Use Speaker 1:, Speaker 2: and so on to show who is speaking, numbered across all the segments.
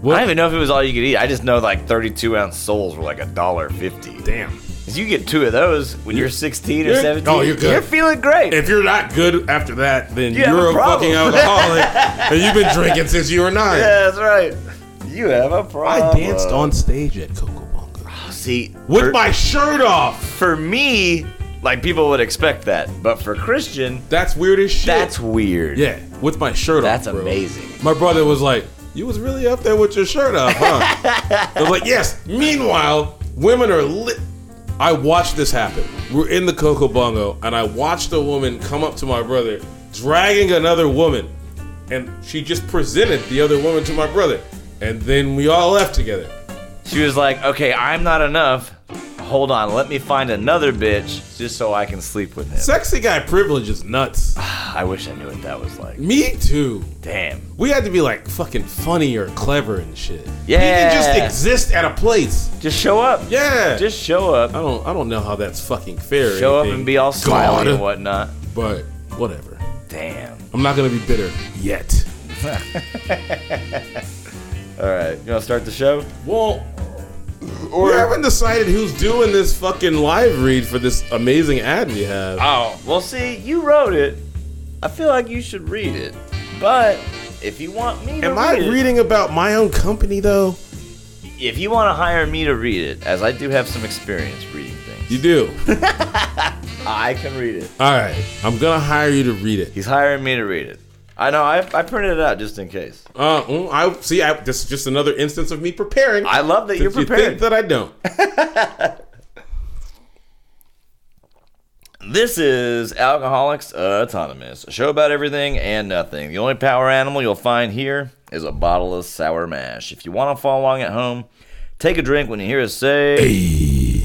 Speaker 1: What?
Speaker 2: I don't even know if it was all you could eat. I just know like 32 ounce souls were like a dollar fifty.
Speaker 1: Damn.
Speaker 2: You get two of those when you're 16 or
Speaker 1: you're-
Speaker 2: 17.
Speaker 1: oh, you're good.
Speaker 2: You're feeling great.
Speaker 1: If you're not good after that, then
Speaker 2: You have
Speaker 1: you're
Speaker 2: a
Speaker 1: a, fucking
Speaker 2: problem.
Speaker 1: alcoholic, and you've been drinking since you were nine.
Speaker 2: yeah, that's right. You have a problem.
Speaker 1: I danced on stage at Cocobonga
Speaker 2: See,
Speaker 1: with
Speaker 2: for,
Speaker 1: my shirt off.
Speaker 2: for me, like people would expect that, but for Christian,
Speaker 1: That's weird as shit.
Speaker 2: that's weird.
Speaker 1: yeah, with my shirt
Speaker 2: That's
Speaker 1: off. bro.
Speaker 2: amazing.
Speaker 1: My brother was like, "You was really up there with your shirt off, huh?" I was like, "Yes." Meanwhile, women are lit. I watched this happen. We're in the Coco Bongo, and I watched a woman come up to my brother, dragging another woman, and she just presented the other woman to my brother, and then we all left together.
Speaker 2: She was like, "Okay, I'm not enough. Hold on, let me find another bitch just so I can sleep with him."
Speaker 1: Sexy guy privilege is nuts.
Speaker 2: I wish I knew what that was like.
Speaker 1: Me too.
Speaker 2: Damn.
Speaker 1: We had to be like fucking funny or clever and shit. He
Speaker 2: Yeah.
Speaker 1: can just exist at a place.
Speaker 2: Just show up.
Speaker 1: Yeah.
Speaker 2: Just show
Speaker 1: I
Speaker 2: up.
Speaker 1: don't I don't know how that's fucking fair. or
Speaker 2: Show up
Speaker 1: anything.
Speaker 2: and be all smiley
Speaker 1: God.
Speaker 2: and whatnot.
Speaker 1: But whatever.
Speaker 2: Damn.
Speaker 1: I'm not gonna be bitter yet.
Speaker 2: All right, you wanna start the show?
Speaker 1: Well, we haven't decided who's doing this fucking live read for this amazing ad we have.
Speaker 2: Oh. Well, see, you wrote it. I feel like you should read it, but if you want me to
Speaker 1: Am I
Speaker 2: read it,
Speaker 1: reading about my own company though?
Speaker 2: if you want to hire me to read it, as I do have some experience reading things,
Speaker 1: You do.
Speaker 2: I can read it.
Speaker 1: All right. I'm gonna hire you to read it.
Speaker 2: He's hiring me to read it. I know. I, I printed it out just in case.
Speaker 1: Uh, mm, I see. I, this is just another instance of me preparing.
Speaker 2: I love that you're
Speaker 1: you
Speaker 2: prepared.
Speaker 1: think that I don't?
Speaker 2: This is Alcoholics Autonomous, a show about everything and nothing. The only power animal you'll find here is a bottle of sour mash. If you want to follow along at home, take a drink when you hear us say, hey.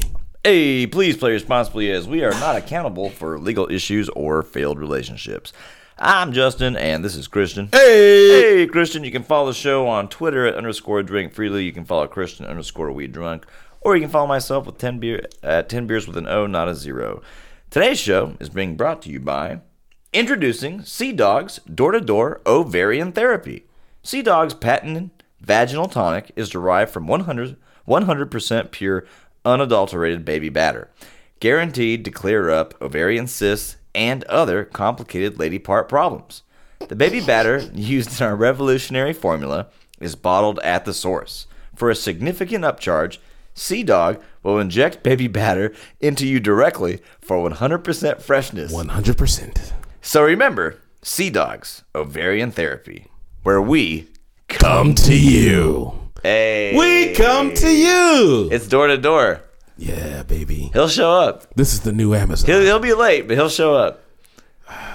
Speaker 2: please play responsibly as we are not accountable for legal issues or failed relationships. I'm Justin, and this is Christian.
Speaker 1: Hey.
Speaker 2: Hey, Christian, you can follow the show on Twitter at underscore drink freely. You can follow Christian underscore we drunk. Or you can follow myself with 10, beer, uh, 10 beers with an O, not a zero. Today's show is being brought to you by Introducing Sea Dog's Door to Door Ovarian Therapy. Sea Dog's patented vaginal tonic is derived from 100, 100% pure, unadulterated baby batter, guaranteed to clear up ovarian cysts and other complicated lady part problems. The baby batter used in our revolutionary formula is bottled at the source. For a significant upcharge, Sea Dog will inject baby batter into you directly for 100% freshness.
Speaker 1: 100%.
Speaker 2: So remember, Sea Dog's Ovarian Therapy, where we
Speaker 1: Come to you.
Speaker 2: hey,
Speaker 1: We come to you.
Speaker 2: it's door to door.
Speaker 1: Yeah, baby.
Speaker 2: He'll show up.
Speaker 1: This is the new Amazon.
Speaker 2: He'll, he'll be late, but he'll show up.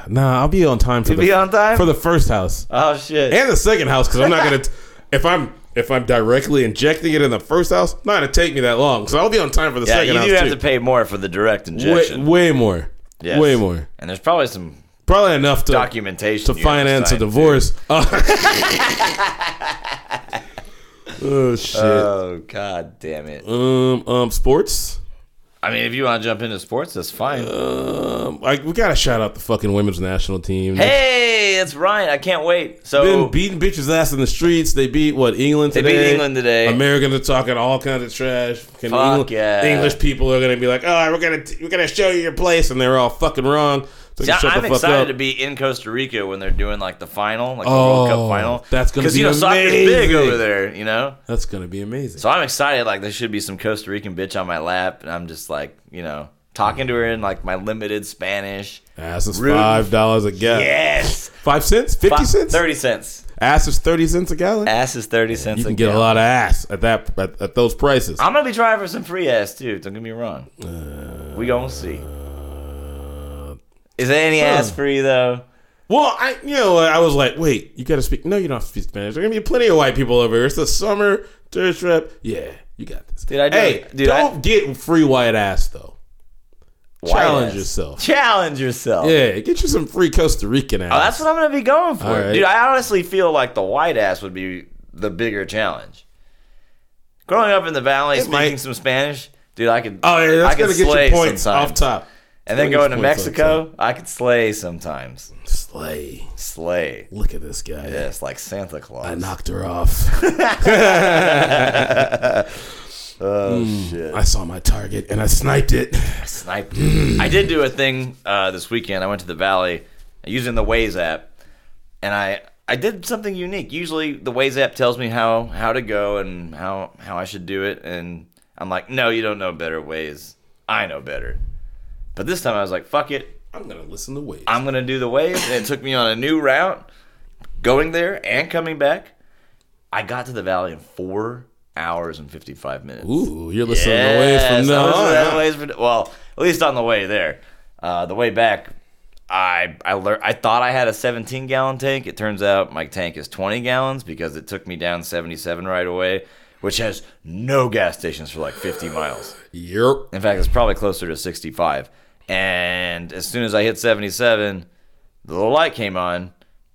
Speaker 1: Nah, I'll be on time for
Speaker 2: He'll
Speaker 1: the
Speaker 2: be on time.
Speaker 1: for the first house
Speaker 2: oh shit!
Speaker 1: and the second house because I'm not gonna t- if I'm if I'm directly injecting it in the first house, not gonna take me that long. So I'll be on time for the
Speaker 2: yeah,
Speaker 1: second
Speaker 2: you do
Speaker 1: house
Speaker 2: have
Speaker 1: too.
Speaker 2: to pay more for the direct injection.
Speaker 1: way, way more,
Speaker 2: Yes.
Speaker 1: way more.
Speaker 2: And there's probably some
Speaker 1: Probably enough to
Speaker 2: documentation
Speaker 1: to
Speaker 2: you have
Speaker 1: finance
Speaker 2: sign,
Speaker 1: a
Speaker 2: too.
Speaker 1: divorce. oh shit.
Speaker 2: Oh god damn it!
Speaker 1: um, um, sports.
Speaker 2: I mean, if you want to jump into sports, that's fine.
Speaker 1: Um, like we gotta shout out the fucking women's national team.
Speaker 2: hey, it's Ryan. I can't wait.
Speaker 1: been
Speaker 2: So
Speaker 1: beating bitches ass in the streets. They beat what England
Speaker 2: They
Speaker 1: today.
Speaker 2: beat England today.
Speaker 1: Americans are talking all kinds of trash. Can
Speaker 2: Fuck
Speaker 1: England-
Speaker 2: yeah.
Speaker 1: English people are gonna be like, "All right, we're gonna we're gonna show you your place," and they're all fucking wrong. So
Speaker 2: Yeah,
Speaker 1: you shut
Speaker 2: I'm
Speaker 1: the fuck
Speaker 2: excited
Speaker 1: up.
Speaker 2: to be in Costa Rica when they're doing like the final, like the
Speaker 1: Oh,
Speaker 2: World Cup final.
Speaker 1: that's gonna be
Speaker 2: you know soccer's big
Speaker 1: amazing.
Speaker 2: over there, you know.
Speaker 1: That's gonna be amazing.
Speaker 2: So I'm excited. Like there should be some Costa Rican bitch on my lap, and I'm just like, you know, talking to her in like my limited Spanish.
Speaker 1: Ass is
Speaker 2: Rootin'.
Speaker 1: five dollars a gallon.
Speaker 2: Yes,
Speaker 1: Five cents, fifty
Speaker 2: Fi-
Speaker 1: cents.
Speaker 2: thirty cents.
Speaker 1: Ass is thirty cents a gallon.
Speaker 2: Ass is thirty cents.
Speaker 1: you can
Speaker 2: a
Speaker 1: get
Speaker 2: gallon.
Speaker 1: a lot of ass at that at, at those prices.
Speaker 2: I'm gonna be trying for some free ass too. Don't get me wrong.
Speaker 1: Uh,
Speaker 2: we gonna see. Is there any ass free though?
Speaker 1: well, I you know I was like, wait, you gotta speak. No, you don't have to speak Spanish. There's gonna be plenty of white people over here. It's the summer tourist trip. Yeah, you got this.
Speaker 2: Dude, I do-
Speaker 1: hey,
Speaker 2: dude, I-
Speaker 1: don't get free white ass though.
Speaker 2: White
Speaker 1: Challenge
Speaker 2: ass.
Speaker 1: yourself.
Speaker 2: Challenge yourself.
Speaker 1: Yeah, get you some free Costa Rican ass.
Speaker 2: Oh, that's what I'm gonna be going for,
Speaker 1: All right.
Speaker 2: dude. I honestly feel like the white ass would be the bigger challenge. Growing up in the valley, speaking
Speaker 1: might.
Speaker 2: some Spanish, dude, I could.
Speaker 1: Oh, yeah,
Speaker 2: I
Speaker 1: that's
Speaker 2: could
Speaker 1: gonna get
Speaker 2: slay
Speaker 1: you points
Speaker 2: sometimes.
Speaker 1: off top.
Speaker 2: And then going to
Speaker 1: 20.5.
Speaker 2: Mexico, I could slay sometimes.
Speaker 1: Slay.
Speaker 2: Slay.
Speaker 1: Look at this guy.
Speaker 2: Yes, like Santa Claus.
Speaker 1: I knocked her off.
Speaker 2: Oh shit!
Speaker 1: Hmm. I saw my target and I sniped it.
Speaker 2: I sniped. it. I did do a thing uh, this weekend. I went to the valley using the Waze app, and I I did something unique. Usually, the Waze app tells me how how to go and how how I should do it, and I'm like, no, you don't know better Waze. I know better. But this time, I was like, fuck it.
Speaker 1: I'm gonna listen to Wade.
Speaker 2: I'm gonna do the waves, and it took me on a new route, going there and coming back. I got to the valley in four hours and fifty five minutes.
Speaker 1: Ooh, you're listening to Wade from
Speaker 2: I
Speaker 1: now
Speaker 2: was
Speaker 1: on.
Speaker 2: that
Speaker 1: huh?
Speaker 2: ways for- well, at least on the way there. Uh, the way back, I I learned. I thought I had a 17 gallon tank. It turns out my tank is 20 gallons because it took me down 77 right away, which has no gas stations for like 50 miles.
Speaker 1: Yep.
Speaker 2: In fact, it's probably closer to 65. And as soon as I hit 77, the little light came on. And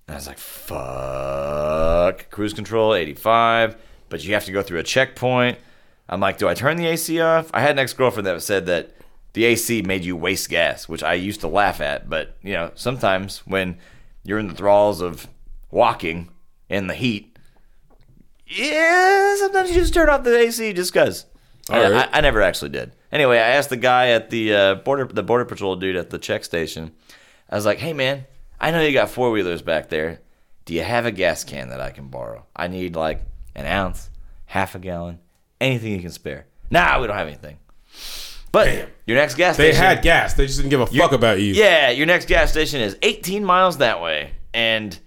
Speaker 2: I was like, fuck. Cruise control, 85. But you have to go through a checkpoint. I'm like, do I turn the AC off? I had an ex girlfriend that said that the AC made you waste gas, which I used to laugh at. But, you know, sometimes when you're in the thralls of walking in the heat, yeah, sometimes you just turn off the AC just because.
Speaker 1: All
Speaker 2: I,
Speaker 1: right.
Speaker 2: I, I never actually did. Anyway, I asked the guy at the uh, border, the border patrol dude at the check station. I was like, "Hey, man, I know you got four wheelers back there. Do you have a gas can that I can borrow? I need like an ounce, half a gallon, anything you can spare." Nah, we don't have anything. But your next gas
Speaker 1: They
Speaker 2: station,
Speaker 1: had gas. They just didn't give a fuck about you.
Speaker 2: yeah, your next gas station is 18 miles that way, and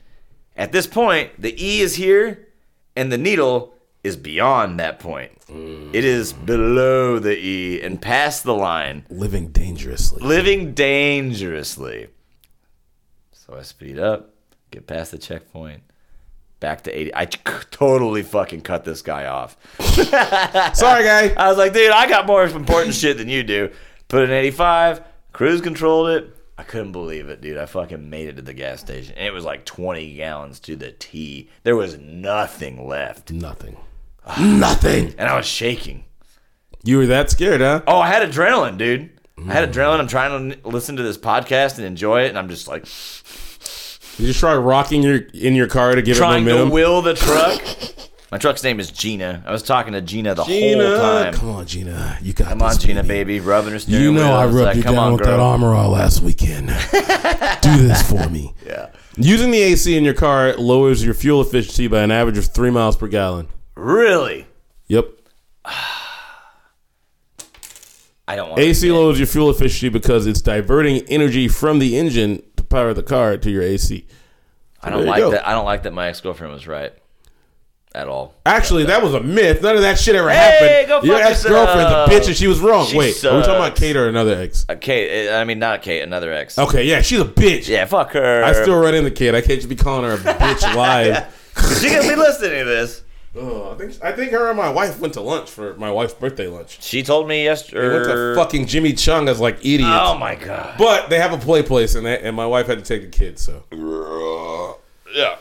Speaker 2: at this point, the E is here, and the needle is beyond that point. It is below the E and past the line,
Speaker 1: Living dangerously.
Speaker 2: living dangerously. So I speed up, get past the checkpoint, back to 80. I c- totally fucking cut this guy off.
Speaker 1: Sorry, guy.
Speaker 2: I was like, dude, I got more important shit than you do. Put an 85, cruise controlled it. I couldn't believe it, dude. I fucking made it to the gas station. And it was like 20 gallons to the T. There was nothing left.
Speaker 1: Nothing. Nothing.
Speaker 2: And I was shaking.
Speaker 1: You were that scared, huh?
Speaker 2: Oh, I had adrenaline, dude. I had adrenaline. I'm trying to n- listen to this podcast and enjoy it. And I'm just like
Speaker 1: Did you try rocking your in your car to give it
Speaker 2: trying to
Speaker 1: momentum?
Speaker 2: will the truck. My truck's name is Gina. I was talking to Gina the whole time.
Speaker 1: come on, Gina. You got
Speaker 2: Come on,
Speaker 1: this,
Speaker 2: Gina, baby. Rubbing her steering
Speaker 1: You
Speaker 2: wheel.
Speaker 1: know I
Speaker 2: was
Speaker 1: rubbed
Speaker 2: like,
Speaker 1: you
Speaker 2: Come
Speaker 1: down
Speaker 2: on,
Speaker 1: with that
Speaker 2: girl.
Speaker 1: armor all last weekend. Do this for me.
Speaker 2: Yeah.
Speaker 1: Using the AC in your car lowers your fuel efficiency by an average of three miles per gallon.
Speaker 2: Really?
Speaker 1: Yep.
Speaker 2: I don't want
Speaker 1: AC lowers your fuel efficiency because it's diverting energy from the engine to power the car to your AC.
Speaker 2: I
Speaker 1: There
Speaker 2: don't
Speaker 1: you
Speaker 2: like
Speaker 1: go.
Speaker 2: that. I don't like that my ex girlfriend was right at all.
Speaker 1: Actually, that was a myth. None of that shit ever
Speaker 2: go
Speaker 1: happened.
Speaker 2: fuck
Speaker 1: Your ex girlfriend's a
Speaker 2: yourself.
Speaker 1: bitch and she was wrong.
Speaker 2: She
Speaker 1: Wait, are we talking about
Speaker 2: sucks.
Speaker 1: Kate or another ex?
Speaker 2: Uh, Kate, uh, I mean not Kate, another ex.
Speaker 1: Okay, yeah, she's a bitch.
Speaker 2: Yeah, fuck her.
Speaker 1: I still run into Kate. I can't just be calling her a bitch live.
Speaker 2: she gonna be listening to this.
Speaker 1: Oh, I think I think her and my wife went to lunch for my wife's birthday lunch.
Speaker 2: She told me
Speaker 1: They went to
Speaker 2: yesterday.
Speaker 1: fucking Jimmy Chung as like idiots.
Speaker 2: Oh my god.
Speaker 1: But they have a play place and they, and my wife had to take the kids. So
Speaker 2: Yeah,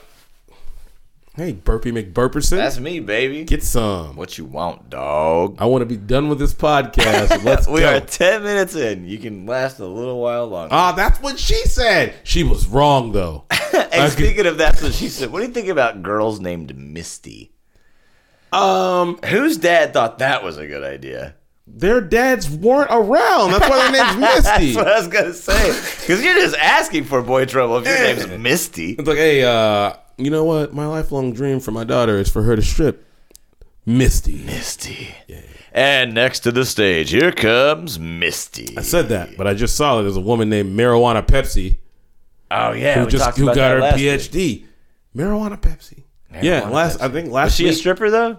Speaker 1: hey, Burpee McBurperson,
Speaker 2: that's me, baby.
Speaker 1: get some.
Speaker 2: what you want, dog?
Speaker 1: I want to be done with this podcast. Let's
Speaker 2: we
Speaker 1: go.
Speaker 2: are ten minutes in. You can last a little while longer.
Speaker 1: Ah, that's what she said. She was wrong though.
Speaker 2: hey, speaking of that's what she said. What do you think about girls named Misty?
Speaker 1: um,
Speaker 2: Whose dad thought that was a good idea?
Speaker 1: their dads weren't around. That's why their name's
Speaker 2: That's what
Speaker 1: Misty.
Speaker 2: I was gonna say. Because you're just asking for boy trouble if your name's Misty.
Speaker 1: It's like, hey, uh, you know what? My lifelong dream for my daughter is for her to strip Misty.
Speaker 2: Misty. And next to the stage, here comes Misty.
Speaker 1: I said that, but I just saw that there's a woman named Marijuana Pepsi
Speaker 2: Oh yeah,
Speaker 1: who
Speaker 2: we
Speaker 1: just
Speaker 2: talked
Speaker 1: who
Speaker 2: about
Speaker 1: got
Speaker 2: that
Speaker 1: her
Speaker 2: last
Speaker 1: PhD.
Speaker 2: week.
Speaker 1: Marijuana Pepsi. yeah,
Speaker 2: Marijuana
Speaker 1: last
Speaker 2: Pepsi.
Speaker 1: I think last
Speaker 2: Was she a
Speaker 1: week.
Speaker 2: stripper though?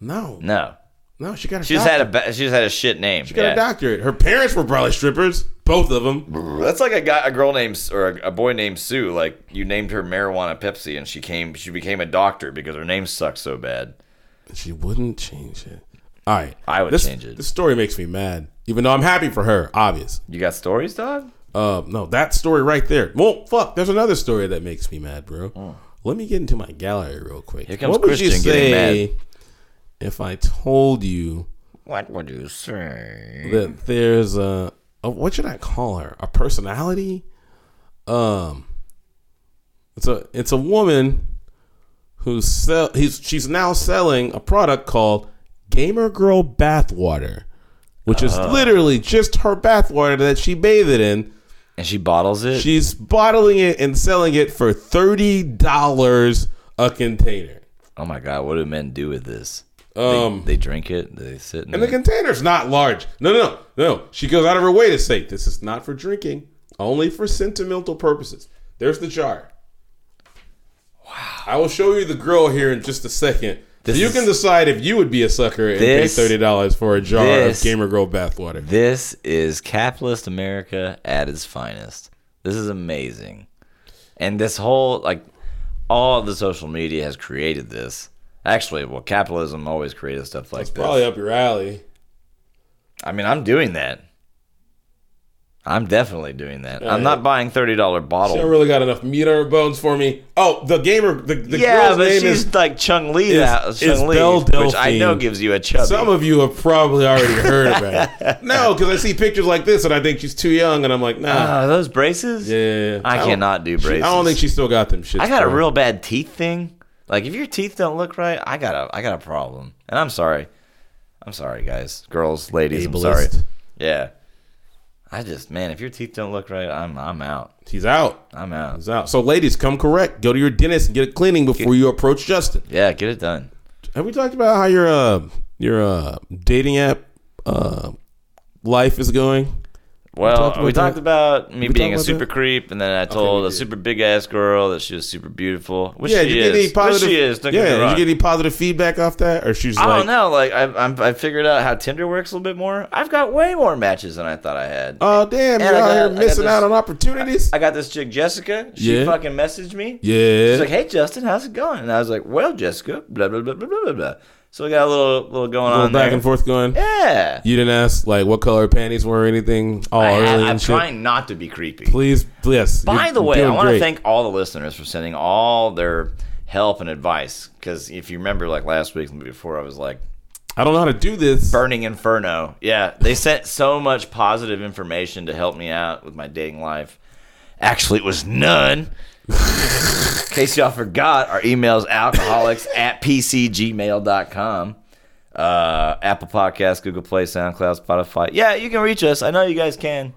Speaker 1: no, no,
Speaker 2: No,
Speaker 1: she got her.
Speaker 2: she just
Speaker 1: doctorate.
Speaker 2: had a ba- she just had a shit name.
Speaker 1: She got a doctorate. Her parents were probably strippers, both of them.
Speaker 2: That's like a guy, a girl named S- or a, a boy named Sue. Like you named her marijuana Pepsi, and she came, she became a doctor because her name sucks so bad.
Speaker 1: She wouldn't change it. All right,
Speaker 2: I would
Speaker 1: this,
Speaker 2: change it.
Speaker 1: This story makes me mad, even though I'm happy for her. Obvious.
Speaker 2: You got stories, dog?
Speaker 1: Uh, no, that story right there. Well, fuck. There's another story that makes me mad, bro. Let me get into my gallery real quick.
Speaker 2: Mm. Here comes Christian getting
Speaker 1: if I told you
Speaker 2: What would you say?
Speaker 1: that there's a a uh, what should I call her? A personality? Um, it's a it's a woman who's sell he's she's now selling a product called Gamer Girl Bathwater, which is literally just her bathwater that she bathed in.
Speaker 2: And she bottles it.
Speaker 1: She's bottling it and selling it for thirty dollars a container.
Speaker 2: oh my god, what do men do with this?
Speaker 1: Um,
Speaker 2: They drink it. They sit in
Speaker 1: And the
Speaker 2: it.
Speaker 1: container's not large. No, no, no, no. She goes out of her way to say this is not for drinking, only for sentimental purposes. There's the jar. Wow. I will show you the girl here in just a second.
Speaker 2: This
Speaker 1: so you
Speaker 2: is-
Speaker 1: can decide if you would be a sucker and
Speaker 2: This-
Speaker 1: pay thirty dollars for a jar
Speaker 2: this-
Speaker 1: of Gamer Girl bathwater.
Speaker 2: This is capitalist America at its finest. This is amazing. And this whole, like, all the social media has created this. Actually, well, capitalism always created stuff like
Speaker 1: It's
Speaker 2: this.
Speaker 1: probably up your alley.
Speaker 2: I mean, I'm doing that. I'm definitely doing that. I'm
Speaker 1: yeah.
Speaker 2: not buying $30
Speaker 1: She don't
Speaker 2: bottle.
Speaker 1: really got enough meat on her bones for me. Oh, the gamer, the, the
Speaker 2: Yeah,
Speaker 1: girl's
Speaker 2: but
Speaker 1: name
Speaker 2: she's
Speaker 1: is.
Speaker 2: like Chung Lee,
Speaker 1: is-
Speaker 2: that
Speaker 1: is
Speaker 2: Chung
Speaker 1: Belle
Speaker 2: Lee, which I
Speaker 1: Delphine.
Speaker 2: know gives you a chubby.
Speaker 1: Some of you have probably already heard about it. No, because I see pictures like this and I think she's too young, and I'm like, nah.
Speaker 2: Ah, those braces?
Speaker 1: Yeah,
Speaker 2: I
Speaker 1: don't-
Speaker 2: cannot do
Speaker 1: she- I don't
Speaker 2: braces.
Speaker 1: think she still got them shit.
Speaker 2: I got a real bad teeth thing. Like if your teeth don't look right, I got a I got a problem. And I'm sorry. I'm sorry, guys, girls, ladies. I'm sorry.
Speaker 1: Ableist.
Speaker 2: Yeah. I just man, if your teeth don't look right, I'm I'm out.
Speaker 1: He's out.
Speaker 2: I'm out.
Speaker 1: He's out. So, ladies, come correct. Go to your dentist and get a cleaning before you approach Justin.
Speaker 2: Yeah, get it done.
Speaker 1: Have we talked about how your uh, your uh, dating app uh, life is going?
Speaker 2: Well,
Speaker 1: talked
Speaker 2: we
Speaker 1: about
Speaker 2: talked,
Speaker 1: that.
Speaker 2: about me
Speaker 1: We
Speaker 2: being a
Speaker 1: talked about
Speaker 2: super
Speaker 1: that?
Speaker 2: creep, and then I told
Speaker 1: we
Speaker 2: a
Speaker 1: did.
Speaker 2: super big ass girl that she was super beautiful, which
Speaker 1: yeah, did
Speaker 2: she
Speaker 1: you get any
Speaker 2: is. Which
Speaker 1: positive?
Speaker 2: she is. Don't
Speaker 1: yeah,
Speaker 2: get me
Speaker 1: did
Speaker 2: wrong.
Speaker 1: you get any positive feedback off that, or she's
Speaker 2: I
Speaker 1: like,
Speaker 2: don't know. Like I, I'm, I figured out how Tinder works a little bit more. I've got way more matches than I thought I had.
Speaker 1: "Oh
Speaker 2: And
Speaker 1: damn, you're
Speaker 2: I got-
Speaker 1: out
Speaker 2: uh, I
Speaker 1: here
Speaker 2: got
Speaker 1: missing
Speaker 2: this-
Speaker 1: out on opportunities."
Speaker 2: I got this chick Jessica. She
Speaker 1: Yeah.
Speaker 2: fucking messaged me.
Speaker 1: yeah,
Speaker 2: She's like, "Hey Justin, how's it going?" And I was like, "Well, Jessica, blah blah blah blah blah blah." blah. So we got a little little going
Speaker 1: a little
Speaker 2: on
Speaker 1: back
Speaker 2: there.
Speaker 1: and forth going.
Speaker 2: Yeah,
Speaker 1: You didn't ask like what color her panties were or anything. All
Speaker 2: I,
Speaker 1: early
Speaker 2: am
Speaker 1: and shit.
Speaker 2: trying not to be creepy.
Speaker 1: Please, yes.
Speaker 2: By
Speaker 1: you're
Speaker 2: the way, I
Speaker 1: doing
Speaker 2: want to
Speaker 1: great.
Speaker 2: thank all the listeners for sending all their help and advice. Because if you remember, like last week and before, I was like,
Speaker 1: I don't know how to do this.
Speaker 2: Burning Inferno. Yeah, they sent so much positive information to help me out with my dating life. Actually, it was none. In case y'all forgot, our email is alcoholics at pcgmail.com. Uh, Apple Podcasts, Google Play, SoundCloud, Spotify. Yeah, you can reach us. I know you guys can.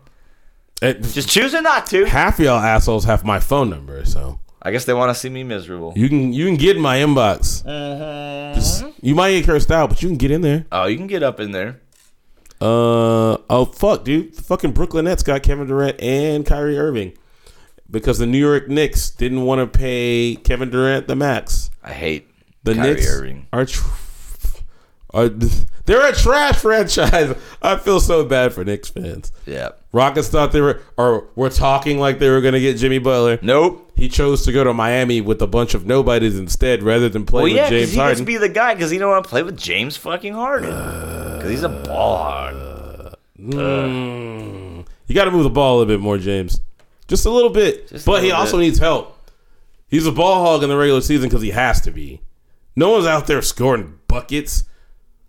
Speaker 1: It-
Speaker 2: Just choosing not to.
Speaker 1: half of y'all assholes have my phone number, so
Speaker 2: I guess they want to see me miserable.
Speaker 1: you can you can get in my inbox.
Speaker 2: Mm-hmm.
Speaker 1: Just- you might get cursed out, but you can get in there.
Speaker 2: Oh, you can get up in there.
Speaker 1: Uh oh, fuck, dude, the fucking Brooklyn Nets got Kevin Durant and Kyrie Irving because the New York Knicks didn't want to pay Kevin Durant the max.
Speaker 2: I hate
Speaker 1: The
Speaker 2: Kyrie
Speaker 1: Knicks
Speaker 2: Irving.
Speaker 1: are. Tr- are they're a trash franchise. I feel so bad for Knicks fans.
Speaker 2: Yeah.
Speaker 1: Rockets thought they were, or were talking like they were going to get Jimmy Butler.
Speaker 2: Nope.
Speaker 1: He chose to go to Miami with a bunch of nobodies instead, rather than play
Speaker 2: Well,
Speaker 1: with
Speaker 2: yeah, because
Speaker 1: James
Speaker 2: he gets to
Speaker 1: Harden.
Speaker 2: be the guy because he don't want to play with James fucking Harden because he's a ball hog.
Speaker 1: Mm. You got to move the ball a little bit more, James. Just a little bit.
Speaker 2: Just a
Speaker 1: but he
Speaker 2: little
Speaker 1: also
Speaker 2: bit.
Speaker 1: needs help. He's a ball hog in the regular season because he has to be. No one's out there scoring buckets.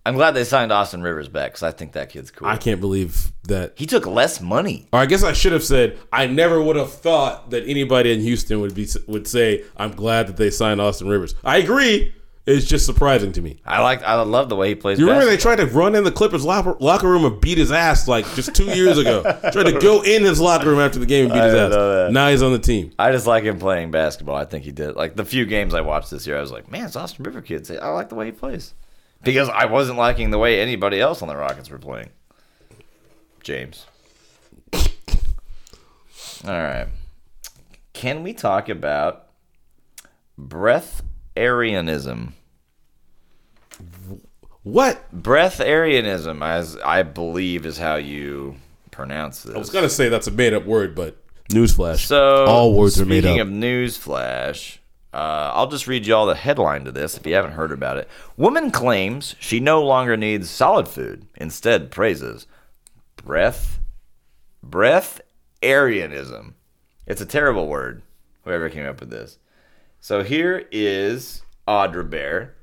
Speaker 2: I'm glad they signed Austin Rivers back because I think that kid's cool.
Speaker 1: I can't believe that.
Speaker 2: he took less money.
Speaker 1: Or I guess I should have said I never would have thought that anybody in Houston would be would say I'm glad that they signed Austin Rivers. I agree. It's just surprising to me.
Speaker 2: I like. I love the way he plays.
Speaker 1: You remember they
Speaker 2: basketball.
Speaker 1: tried to run in the Clippers locker, locker room and beat his ass like just two years ago. tried to go in his locker room after the game and beat his
Speaker 2: didn't know
Speaker 1: ass.
Speaker 2: that.
Speaker 1: Now he's on the team.
Speaker 2: I just like him playing basketball. I think he did. Like the few games I watched this year, I was like, man, it's Austin River kids. I like the way he plays because I wasn't liking the way anybody else on the Rockets were playing. James. All right. Can we talk about breath Arianism?
Speaker 1: What?
Speaker 2: Breath Arianism, as I believe, is how you pronounce this.
Speaker 1: I was gonna say that's a made up word, but newsflash.
Speaker 2: So
Speaker 1: all words are made
Speaker 2: Speaking
Speaker 1: up.
Speaker 2: of newsflash, uh, I'll just read you all the headline to this if you haven't heard about it. Woman claims she no longer needs solid food; instead, praises breath, breath Arianism. It's a terrible word. Whoever came up with this. So here is Audra Bear,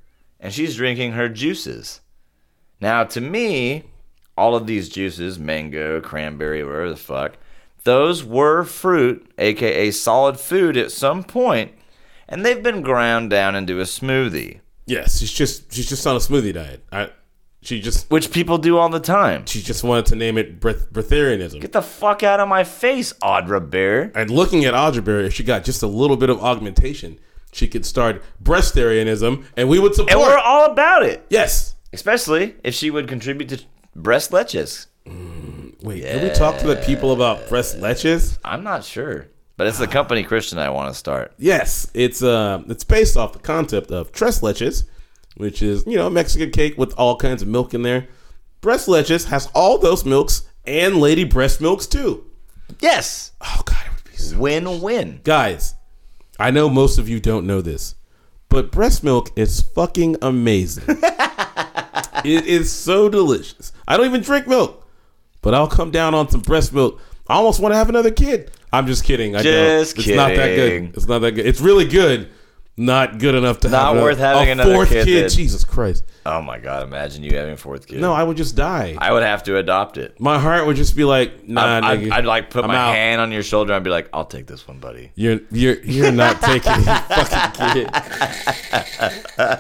Speaker 2: and she's drinking her juices. Now, to me, all of these juices mango, cranberry, whatever the fuck those were fruit, aka solid food, at some point, and they've been ground down into a smoothie,
Speaker 1: Yes, she's just she's just on a smoothie diet. I, she just
Speaker 2: which people do all the time.
Speaker 1: she just wanted to name it Breth- Breatharianism.
Speaker 2: Get the fuck out of my face, Audra Bear.
Speaker 1: And looking at Audra Berry, if she got just a little bit of augmentation, she could start breastarianism, and we would support.
Speaker 2: And we're all about it.
Speaker 1: yes.
Speaker 2: Especially if she would contribute to breast leches.
Speaker 1: Wait, can we talk to the people about breast leches?
Speaker 2: I'm not sure. But it's the company Christian I want to start.
Speaker 1: Yes, it's uh, it's based off the concept of tres leches, which is you know Mexican cake with all kinds of milk in there. Breast leches has all those milks and lady breast milks too.
Speaker 2: Yes.
Speaker 1: Oh God, it would be so.
Speaker 2: Win win.
Speaker 1: Guys, I know most of you don't know this, but breast milk is fucking amazing. it is so delicious. I don't even drink milk, but I'll come down on some breast milk. I almost want to have another kid. I'm just kidding. I don't.
Speaker 2: Just
Speaker 1: It's not that
Speaker 2: kidding.
Speaker 1: good. It's not that good. It's really good. Not good enough to
Speaker 2: Not
Speaker 1: have
Speaker 2: worth
Speaker 1: a,
Speaker 2: having
Speaker 1: a
Speaker 2: another
Speaker 1: fourth
Speaker 2: kid, then.
Speaker 1: Jesus Christ!
Speaker 2: Oh my god, imagine you having a fourth kid.
Speaker 1: No, I would just die.
Speaker 2: I would have to adopt it.
Speaker 1: My heart would just be like, Nah,
Speaker 2: I'd,
Speaker 1: Uh, nigga.
Speaker 2: I'd like put
Speaker 1: I'm
Speaker 2: my
Speaker 1: out.
Speaker 2: hand on your shoulder and be like, I'll take this one, buddy.
Speaker 1: You're you're you're not taking the fucking kid.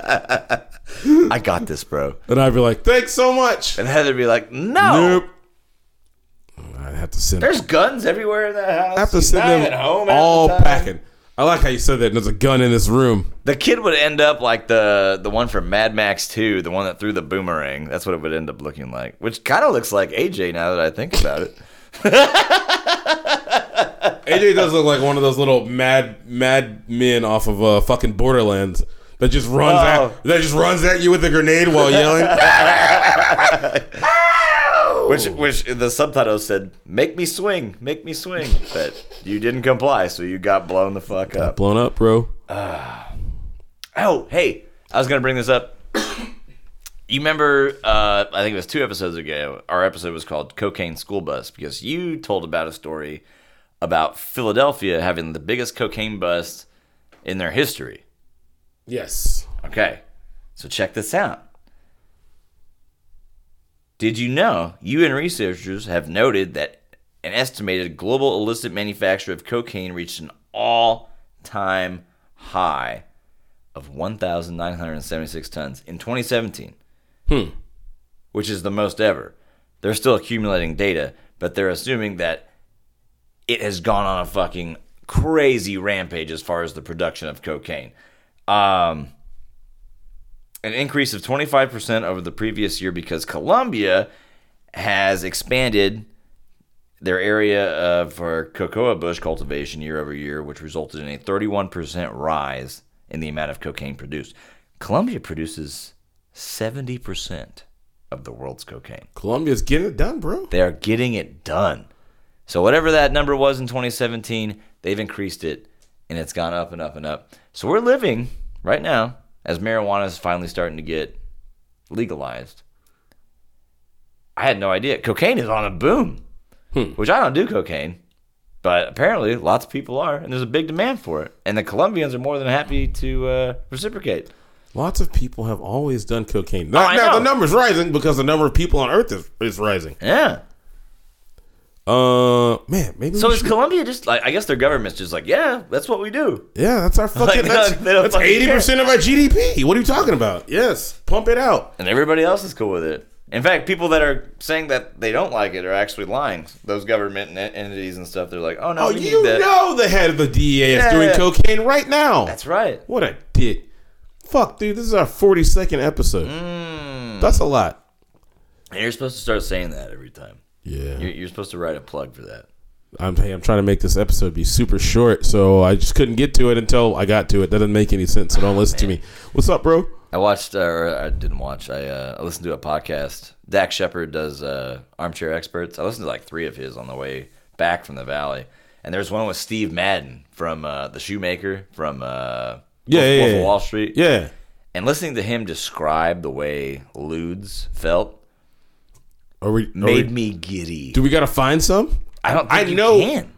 Speaker 2: I got this, bro.
Speaker 1: And I'd be like, thanks so much.
Speaker 2: And Heather'd be like, No,
Speaker 1: Nope. I have to send.
Speaker 2: there's guns everywhere in that house.
Speaker 1: I have to
Speaker 2: He's
Speaker 1: send
Speaker 2: not
Speaker 1: them
Speaker 2: at home half
Speaker 1: all
Speaker 2: the time."
Speaker 1: packing. I like how you said that. There's a gun in this room.
Speaker 2: The kid would end up like the the one from Mad Max 2, the one that threw the boomerang. That's what it would end up looking like, which kind of looks like AJ now that I think about it.
Speaker 1: AJ does look like one of those little mad mad men off of uh, fucking Borderlands that just runs
Speaker 2: Oh.
Speaker 1: at that just runs at you with a grenade while yelling. Oh.
Speaker 2: Which which the subtitle said, "Make me swing, make me swing," but you didn't comply, so you got blown the fuck up.
Speaker 1: Blown up, bro.
Speaker 2: Oh, hey, I was gonna bring this up. You remember? Uh, I think it was two episodes ago. Our episode was called "Cocaine School Bus" because you told about a story about Philadelphia having the biggest cocaine bust in their history.
Speaker 1: Yes.
Speaker 2: Okay, so check this out. Did you know UN researchers have noted that an estimated global illicit manufacture of cocaine reached an all time high of 1,976 tons in 2017? Which is the most ever. They're still accumulating data, but they're assuming that it has gone on a fucking crazy rampage as far as the production of cocaine. Um, an increase of 25% over the previous year because Colombia has expanded their area of for cocoa bush cultivation year over year, which resulted in a 31% rise in the amount of cocaine produced. Colombia produces 70% of the world's cocaine.
Speaker 1: Columbia's getting it done, bro.
Speaker 2: They are getting it done. So whatever that number was in 2017, they've increased it and it's gone up and up and up. So we're living right now as marijuana is finally starting to get legalized. I had no idea. Cocaine is on a boom, which I don't do cocaine, but apparently lots of people are, and there's a big demand for it. And the Colombians are more than happy to uh, reciprocate.
Speaker 1: Lots of people have always done cocaine. Now,
Speaker 2: I
Speaker 1: now the
Speaker 2: know.
Speaker 1: number's rising because the number of people on Earth is, is rising.
Speaker 2: Yeah.
Speaker 1: Uh, man, maybe.
Speaker 2: So
Speaker 1: we
Speaker 2: is
Speaker 1: should-
Speaker 2: Colombia just like, I guess their government's just like, yeah, that's what we do.
Speaker 1: Yeah, that's our fucking.
Speaker 2: Like, they
Speaker 1: that's
Speaker 2: don't- they don't
Speaker 1: that's
Speaker 2: fucking
Speaker 1: eighty percent of our GDP. What are you talking about? Yes, pump it out.
Speaker 2: and everybody else is cool with it. In fact, people that are saying that they don't like it are actually lying. Those government en- entities and stuff, they're like, "Oh no,
Speaker 1: Oh,
Speaker 2: we
Speaker 1: you
Speaker 2: need that."
Speaker 1: know the head of the DEA is
Speaker 2: Yeah,
Speaker 1: doing
Speaker 2: yeah.
Speaker 1: cocaine right now.
Speaker 2: That's right.
Speaker 1: what a dick. Fuck, dude. This is our forty-second episode.
Speaker 2: Mm.
Speaker 1: That's a lot.
Speaker 2: And you're supposed to start saying that every time. You're,
Speaker 1: Yeah,
Speaker 2: you're supposed to write a plug for that.
Speaker 1: I'm. Hey, I'm trying to make this episode be super short, so I just couldn't get to it until I got to it. That doesn't make any sense. So don't
Speaker 2: Ah,
Speaker 1: listen to me. What's up, bro?
Speaker 2: I watched, uh, or I didn't watch. I, uh, I listened to a podcast. Dak Shepard does uh, Armchair Experts. I listened to like three of his on the way back from the Valley. And there's one with Steve Madden from uh, the Shoemaker from uh,
Speaker 1: Yeah,
Speaker 2: Wolf,
Speaker 1: yeah,
Speaker 2: Wolf of
Speaker 1: yeah.
Speaker 2: Wall Street.
Speaker 1: Yeah.
Speaker 2: And listening to him describe the way lewds felt
Speaker 1: Are we? Are we
Speaker 2: made me giddy.
Speaker 1: do we gotta find some?
Speaker 2: I don't.
Speaker 1: I
Speaker 2: Think you
Speaker 1: know-
Speaker 2: Can.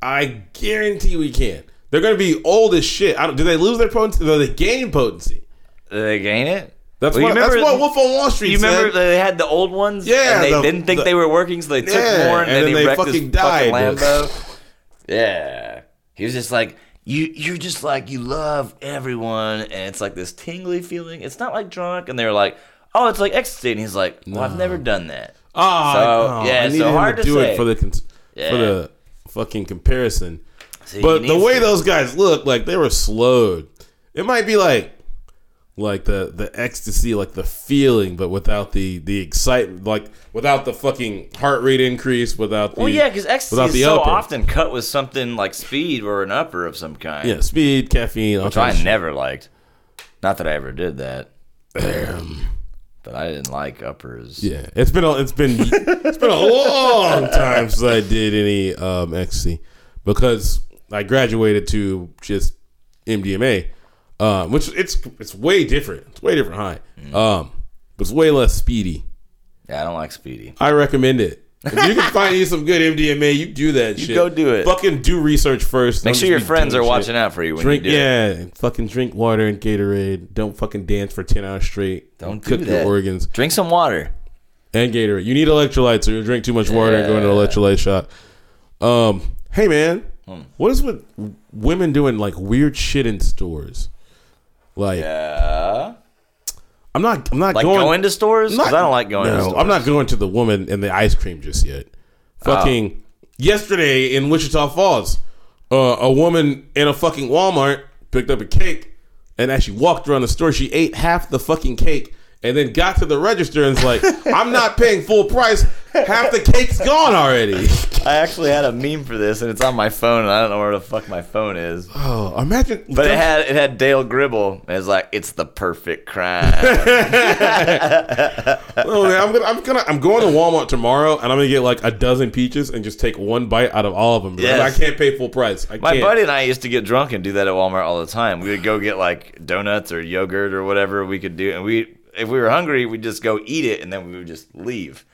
Speaker 1: I guarantee we can. They're going to be old as shit. I don't, do they lose their potency? Do they gain potency?
Speaker 2: Do They gain it.
Speaker 1: That's
Speaker 2: Well, you
Speaker 1: what that's
Speaker 2: remember-
Speaker 1: what Wolf on Wall Street
Speaker 2: You
Speaker 1: said.
Speaker 2: remember they had the old ones?
Speaker 1: Yeah,
Speaker 2: And they
Speaker 1: the-
Speaker 2: didn't think
Speaker 1: the-
Speaker 2: they were working, so they took
Speaker 1: Yeah,
Speaker 2: more and,
Speaker 1: and
Speaker 2: then
Speaker 1: then
Speaker 2: they,
Speaker 1: they
Speaker 2: wrecked
Speaker 1: fucking
Speaker 2: his fucking
Speaker 1: died.
Speaker 2: Lambo. yeah. He was just like, you, you're just like, you love everyone. And it's like this tingly feeling. It's not like drunk. And they were like, oh, it's like ecstasy. And he's like, well, I've never done that.
Speaker 1: Ah,
Speaker 2: So,
Speaker 1: no,
Speaker 2: yeah,
Speaker 1: I
Speaker 2: so
Speaker 1: needed him
Speaker 2: hard
Speaker 1: to
Speaker 2: to
Speaker 1: do it
Speaker 2: say.
Speaker 1: for the cons- for
Speaker 2: Yeah.
Speaker 1: the fucking comparison.
Speaker 2: See,
Speaker 1: But
Speaker 2: he
Speaker 1: the
Speaker 2: needs
Speaker 1: way
Speaker 2: to-
Speaker 1: those guys look, like they were slowed. It might be like like the the ecstasy, like the feeling, but without the the excitement, like without the fucking heart rate increase, without the
Speaker 2: Well, yeah, because ecstasy
Speaker 1: without
Speaker 2: is
Speaker 1: the
Speaker 2: so
Speaker 1: upper.
Speaker 2: often cut with something like speed or an upper of some kind.
Speaker 1: yeah, speed, caffeine, all
Speaker 2: Which I
Speaker 1: kinds of
Speaker 2: never liked. Not that I ever did that. but I didn't like uppers.
Speaker 1: shit. yeah. It's been a, it's been it's been a long time since I did any um, ecstasy because I graduated to just MDMA, um, which it's it's way different. It's way different high,
Speaker 2: Mm.
Speaker 1: um, but it's way less speedy.
Speaker 2: Yeah, I don't like speedy.
Speaker 1: I recommend it. If you can find you some good MDMA, you do that shit.
Speaker 2: go do it.
Speaker 1: Fucking do research first.
Speaker 2: Make
Speaker 1: Don't
Speaker 2: sure
Speaker 1: just
Speaker 2: your
Speaker 1: be
Speaker 2: friends are
Speaker 1: doing shit.
Speaker 2: watching out for you when
Speaker 1: Drink,
Speaker 2: you do it.
Speaker 1: yeah. Fucking drink water and Gatorade. Don't fucking dance for ten hours straight.
Speaker 2: Don't do
Speaker 1: cook
Speaker 2: that.
Speaker 1: your organs
Speaker 2: Drink some water.
Speaker 1: and Gatorade. You need electrolytes, or you drink too much water and go into an electrolyte shot. Um, hey man,
Speaker 2: Hmm.
Speaker 1: what is with women doing like weird shit in stores? Like,
Speaker 2: Yeah.
Speaker 1: I'm not, I'm not
Speaker 2: Like
Speaker 1: going.
Speaker 2: Uh, going, to stores? Because
Speaker 1: Not-
Speaker 2: I don't like going
Speaker 1: no,
Speaker 2: to stores. Oh.
Speaker 1: I'm not going to the woman and the ice cream just yet. Fucking yesterday in Wichita Falls, uh, a woman in a fucking Walmart picked up a cake and as she walked around the store, she ate half the fucking cake and then got to the register and was like, "I'm not paying full price. Half the cake's gone already."
Speaker 2: I actually had a meme for this, and it's on my phone, and I don't know where the fuck my phone is.
Speaker 1: Oh, imagine.
Speaker 2: But it had it had Dale Gribble, and it's like it's the perfect crime.
Speaker 1: Oh, man, I'm gonna, I'm gonna, I'm going to Walmart tomorrow, and I'm gonna get like a dozen peaches and just take one bite out of all of them. because
Speaker 2: Yes.
Speaker 1: I can't pay full price. I
Speaker 2: My
Speaker 1: can't.
Speaker 2: buddy and I used to get drunk and do that at Walmart all the time. We would go get like donuts or yogurt or whatever we could do, and we if we were hungry, we'd just go eat it, and then we would just leave.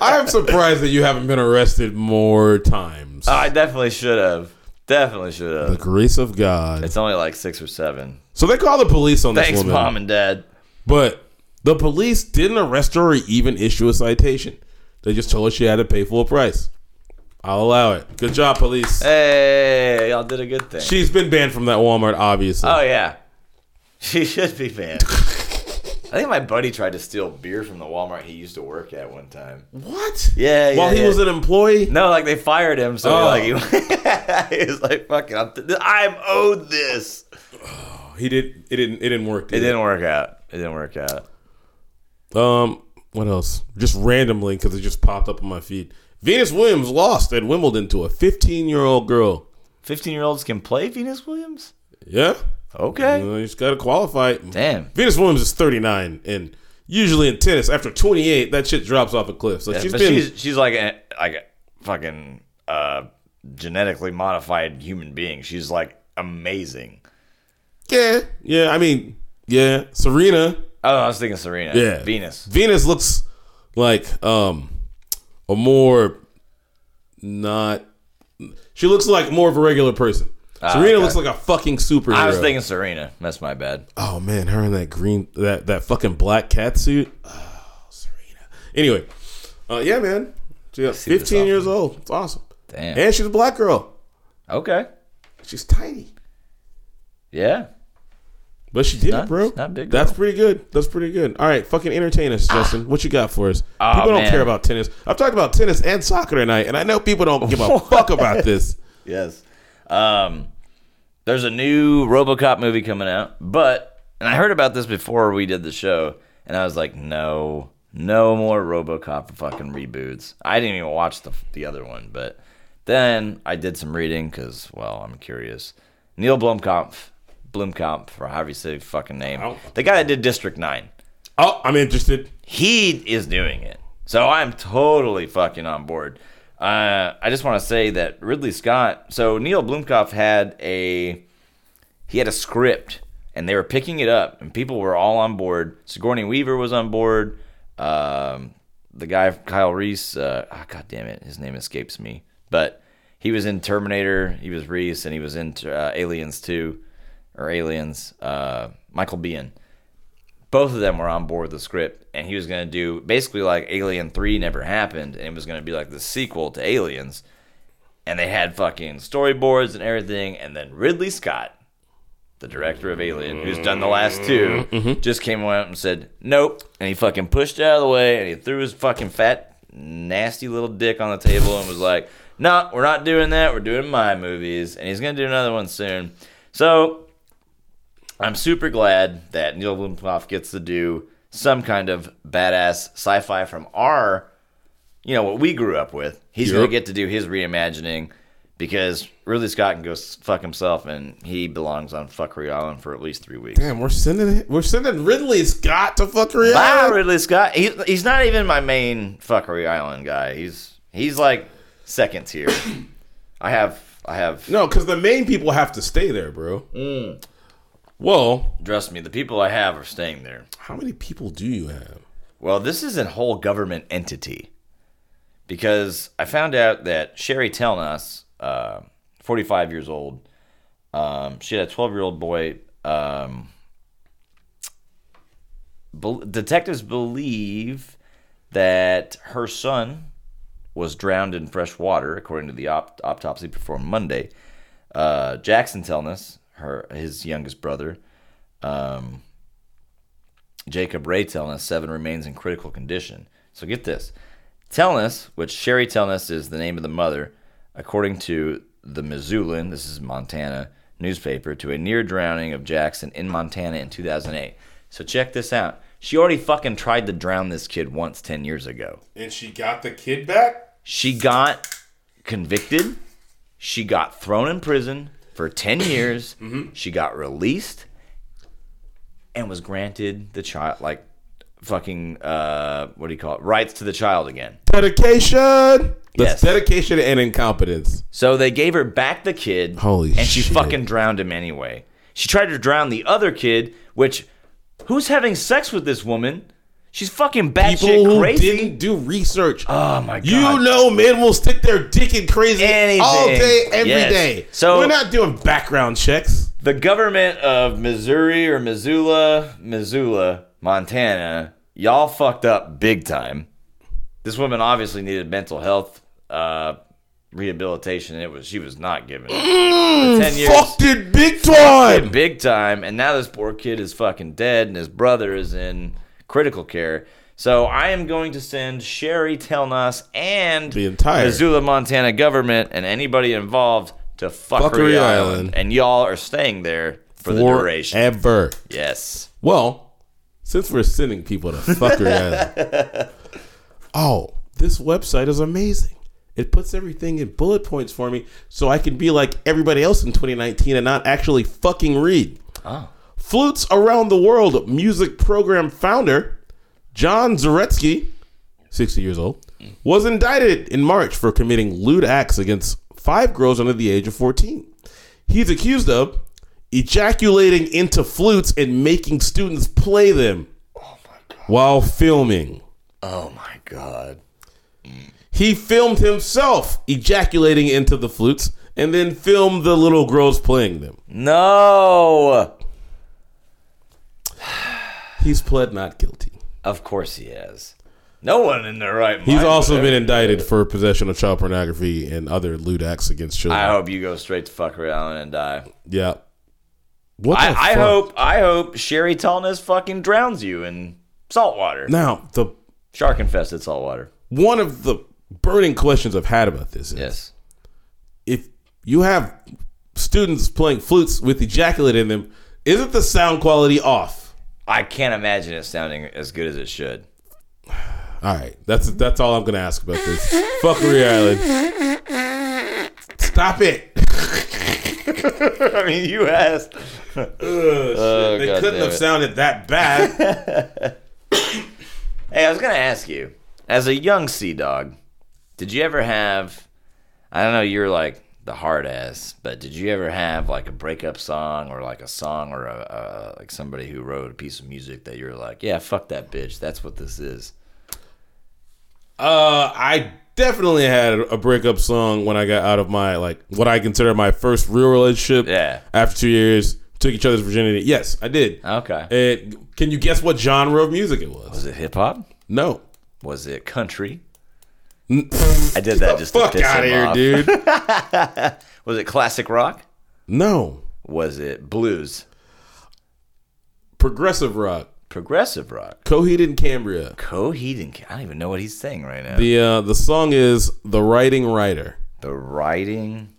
Speaker 1: I'm surprised that you haven't been arrested more times.
Speaker 2: I definitely should have. Definitely should
Speaker 1: the
Speaker 2: have.
Speaker 1: grace of God.
Speaker 2: It's only like six or seven.
Speaker 1: So they call the police on this
Speaker 2: Thanks,
Speaker 1: woman,
Speaker 2: mom and dad.
Speaker 1: but the police didn't arrest her or even issue a citation. They just told her she had to pay full price. I'll allow it. Good job, police.
Speaker 2: Hey, y'all did a good thing.
Speaker 1: She's been banned from that Walmart, obviously.
Speaker 2: oh yeah, she should be banned. I think my buddy tried to steal beer from the Walmart he used to work at one time.
Speaker 1: what?
Speaker 2: Yeah, yeah.
Speaker 1: While he
Speaker 2: yeah.
Speaker 1: was an employee.
Speaker 2: No, like they fired him, so
Speaker 1: Oh.
Speaker 2: like he, he was like, "Fuck it, I'm, th- I'm owed this."
Speaker 1: He did. It didn't. It didn't work.
Speaker 2: It
Speaker 1: did
Speaker 2: didn't work out. It didn't work out.
Speaker 1: Um, what else? Just randomly because it just popped up on my feed. Venus Williams lost at Wimbledon to a 15-year-old girl.
Speaker 2: Fifteen-year-olds can play Venus Williams.
Speaker 1: Yeah.
Speaker 2: Okay.
Speaker 1: You, know, you just got to qualify.
Speaker 2: Damn.
Speaker 1: Venus Williams is 39, and usually in tennis, after 28, that shit drops off a cliff. So she's
Speaker 2: but
Speaker 1: been.
Speaker 2: she's she's like a like a fucking uh, genetically modified human being. She's like amazing.
Speaker 1: yeah. Yeah. I mean, yeah. Serena.
Speaker 2: Oh, I was thinking Serena.
Speaker 1: Yeah.
Speaker 2: Venus.
Speaker 1: Venus looks like um a more not. She looks like more of a regular person. Serena
Speaker 2: Ah, okay.
Speaker 1: looks like a fucking superhero.
Speaker 2: I was thinking Serena. That's my bad.
Speaker 1: Oh man, her in that green that that fucking black cat suit. Oh, Serena. Anyway, uh, yeah, man. She's
Speaker 2: see this
Speaker 1: 15 years old. It's awesome.
Speaker 2: Damn.
Speaker 1: And she's a black girl.
Speaker 2: Okay.
Speaker 1: She's tiny,
Speaker 2: Yeah.
Speaker 1: but she did
Speaker 2: not-
Speaker 1: it, bro.
Speaker 2: she's not a big
Speaker 1: That's pretty good. That's pretty good. All right, fucking entertain us, Justin. What you got for us?
Speaker 2: Aw,
Speaker 1: people don't
Speaker 2: Ah, man.
Speaker 1: care about tennis. I've talked about tennis and soccer tonight, and I know people don't give a fuck about this.
Speaker 2: Yes. Um, there's a new RoboCop movie coming out, but and I heard about this before we did the show, and I was like, no, no more RoboCop fucking reboots. I didn't even watch the the other one, but then I did some reading because, well, I'm curious. Neil Blomkamp, Blomkamp, or however you say his fucking name,
Speaker 1: Wow.
Speaker 2: the guy that did District Nine
Speaker 1: Oh, I'm interested.
Speaker 2: he is doing it. So I'm totally fucking on board. Uh, I just want to say that Ridley Scott. So Neil Blomkamp had a he had a script, and they were picking it up, and people were all on board. Sigourney Weaver was on board. Um, the guy Kyle Reese. Uh, ah, God damn it, his name escapes me. But he was in Terminator. He was Reese, and he was in uh, Aliens 2 or Aliens. Uh, Michael Biehn. both of them were on board with the script, and he was going to do basically like Alien 3 never happened, and it was going to be like the sequel to Aliens. And they had fucking storyboards and everything, and then Ridley Scott, the director of Alien, who's done the last 2 just came out and said, Nope. And he fucking pushed it out of the way, and he threw his fucking fat, nasty little dick on the table and was like, No, we're not doing that. We're doing my movies. And he's going to do another one soon. So I'm super glad that Neil Blomkamp gets to do some kind of badass sci-fi from our, you know, what we grew up with. He's gonna
Speaker 1: Yep.
Speaker 2: get to do his reimagining because Ridley Scott can go s- fuck himself, and he belongs on Fuckery Island for at least three weeks.
Speaker 1: Damn, we're sending we're sending Ridley Scott to fuck
Speaker 2: Bye,
Speaker 1: reality.
Speaker 2: Ridley Scott. He, he's not even my main Fuckery Island guy. He's he's like second tier. I have I have
Speaker 1: No, because the main people have to stay there, bro.
Speaker 2: Mm.
Speaker 1: Well,
Speaker 2: trust me. The people I have are staying there.
Speaker 1: how many people do you have?
Speaker 2: Well, this is a whole government entity because I found out that Sherry Telnas, uh, 45 years old, um, she had a 12 year old boy. Um, bel detectives believe that her son was drowned in fresh water, according to the op- autopsy performed Monday. Uh, Jackson Telnas, her his youngest brother, Jacob Ray Telness, seven remains in critical condition. So get this. Telness, which Sherry Telness is the name of the mother, according to the Missoulian, this is Montana newspaper, to a near drowning of Jackson in Montana in 2008. So check this out. She already fucking tried to drown this kid once 10 years ago.
Speaker 1: And she got the kid back.
Speaker 2: She got convicted. She got thrown in prison for 10 years. She got released and was granted the child, like, fucking, uh, what do you call it? Rights to the child again.
Speaker 1: Dedication.
Speaker 2: Yes.
Speaker 1: That's dedication and incompetence.
Speaker 2: So they gave her back the kid.
Speaker 1: Holy
Speaker 2: And she
Speaker 1: shit.
Speaker 2: fucking drowned him anyway. She tried to drown the other kid, which, who's having sex with this woman? She's fucking
Speaker 1: People
Speaker 2: batshit
Speaker 1: who
Speaker 2: crazy.
Speaker 1: didn't do research.
Speaker 2: oh my god.
Speaker 1: you know, men will stick their dick in crazy
Speaker 2: Anything.
Speaker 1: all day, every day.
Speaker 2: Yes. So-
Speaker 1: we're not doing background checks.
Speaker 2: The government of Missouri or Missoula, Missoula, Montana, y'all fucked up big time. This woman obviously needed mental health uh, rehabilitation, and it was she was not given it. For ten years,
Speaker 1: Fucked it big time.
Speaker 2: big time, and now this poor kid is fucking dead, and his brother is in critical care. So I am going to send Sherry Telnas and
Speaker 1: The entire-
Speaker 2: Missoula, Montana government and anybody involved to Fuckery,
Speaker 1: Fuckery
Speaker 2: Island.
Speaker 1: Island.
Speaker 2: and y'all are staying there for the duration.
Speaker 1: Forever.
Speaker 2: Yes.
Speaker 1: Well, since we're sending people to fuckery island, oh, this website is amazing. It puts everything in bullet points for me so I can be like everybody else in 2019 and not actually fucking read. Flutes Around the World music program founder John Zaretsky, 60 years old, was indicted in March for committing lewd acts against five girls under the age of 14. He's accused of ejaculating into flutes and making students play them while filming.
Speaker 2: Oh my god.
Speaker 1: He filmed himself ejaculating into the flutes and then filmed the little girls playing them.
Speaker 2: No.
Speaker 1: He's pled not guilty.
Speaker 2: Of course he has. No one in their right mind.
Speaker 1: He's also
Speaker 2: would
Speaker 1: been
Speaker 2: ever-
Speaker 1: indicted for possession of child pornography and other lewd acts against children.
Speaker 2: I hope you go straight to fuckery island and die.
Speaker 1: yeah. What the
Speaker 2: I, I
Speaker 1: fuck?
Speaker 2: hope I hope Sherry Tallness fucking drowns you in salt water.
Speaker 1: Now, the
Speaker 2: Shark infested salt water.
Speaker 1: one of the burning questions I've had about this is
Speaker 2: Yes.
Speaker 1: if you have students playing flutes with ejaculate in them, isn't the sound quality off?
Speaker 2: I can't imagine it sounding as good as it should.
Speaker 1: All right, that's that's all I'm gonna ask about this. Fuckery Island. Stop it!
Speaker 2: I mean, you asked.
Speaker 1: Oh, they
Speaker 2: Oh, God
Speaker 1: couldn't
Speaker 2: damn
Speaker 1: have
Speaker 2: it.
Speaker 1: sounded that bad.
Speaker 2: Hey, I was gonna ask you, as a young sea dog, did you ever have? I don't know, you're like the hard ass, but did you ever have like a breakup song or like a song or a, a like somebody who wrote a piece of music that you're like, yeah, fuck that bitch, that's what this is.
Speaker 1: uh, I definitely had a breakup song when I got out of my like what I consider my first real relationship.
Speaker 2: Yeah. Uh.
Speaker 1: After two years, took each other's virginity. Yes, I did.
Speaker 2: Okay.
Speaker 1: And can you guess what genre of music it was?
Speaker 2: Was it hip hop?
Speaker 1: No.
Speaker 2: Was it country?
Speaker 1: N-
Speaker 2: I did that just
Speaker 1: Fuck
Speaker 2: to piss
Speaker 1: out of
Speaker 2: him
Speaker 1: here,
Speaker 2: off.
Speaker 1: dude.
Speaker 2: Was it classic rock?
Speaker 1: No.
Speaker 2: Was it blues?
Speaker 1: Progressive rock.
Speaker 2: Progressive rock?
Speaker 1: Coheed and Cambria.
Speaker 2: Coheed and Ca- I don't even know what he's saying right now.
Speaker 1: The uh, the song is The Writing Writer.
Speaker 2: The writing.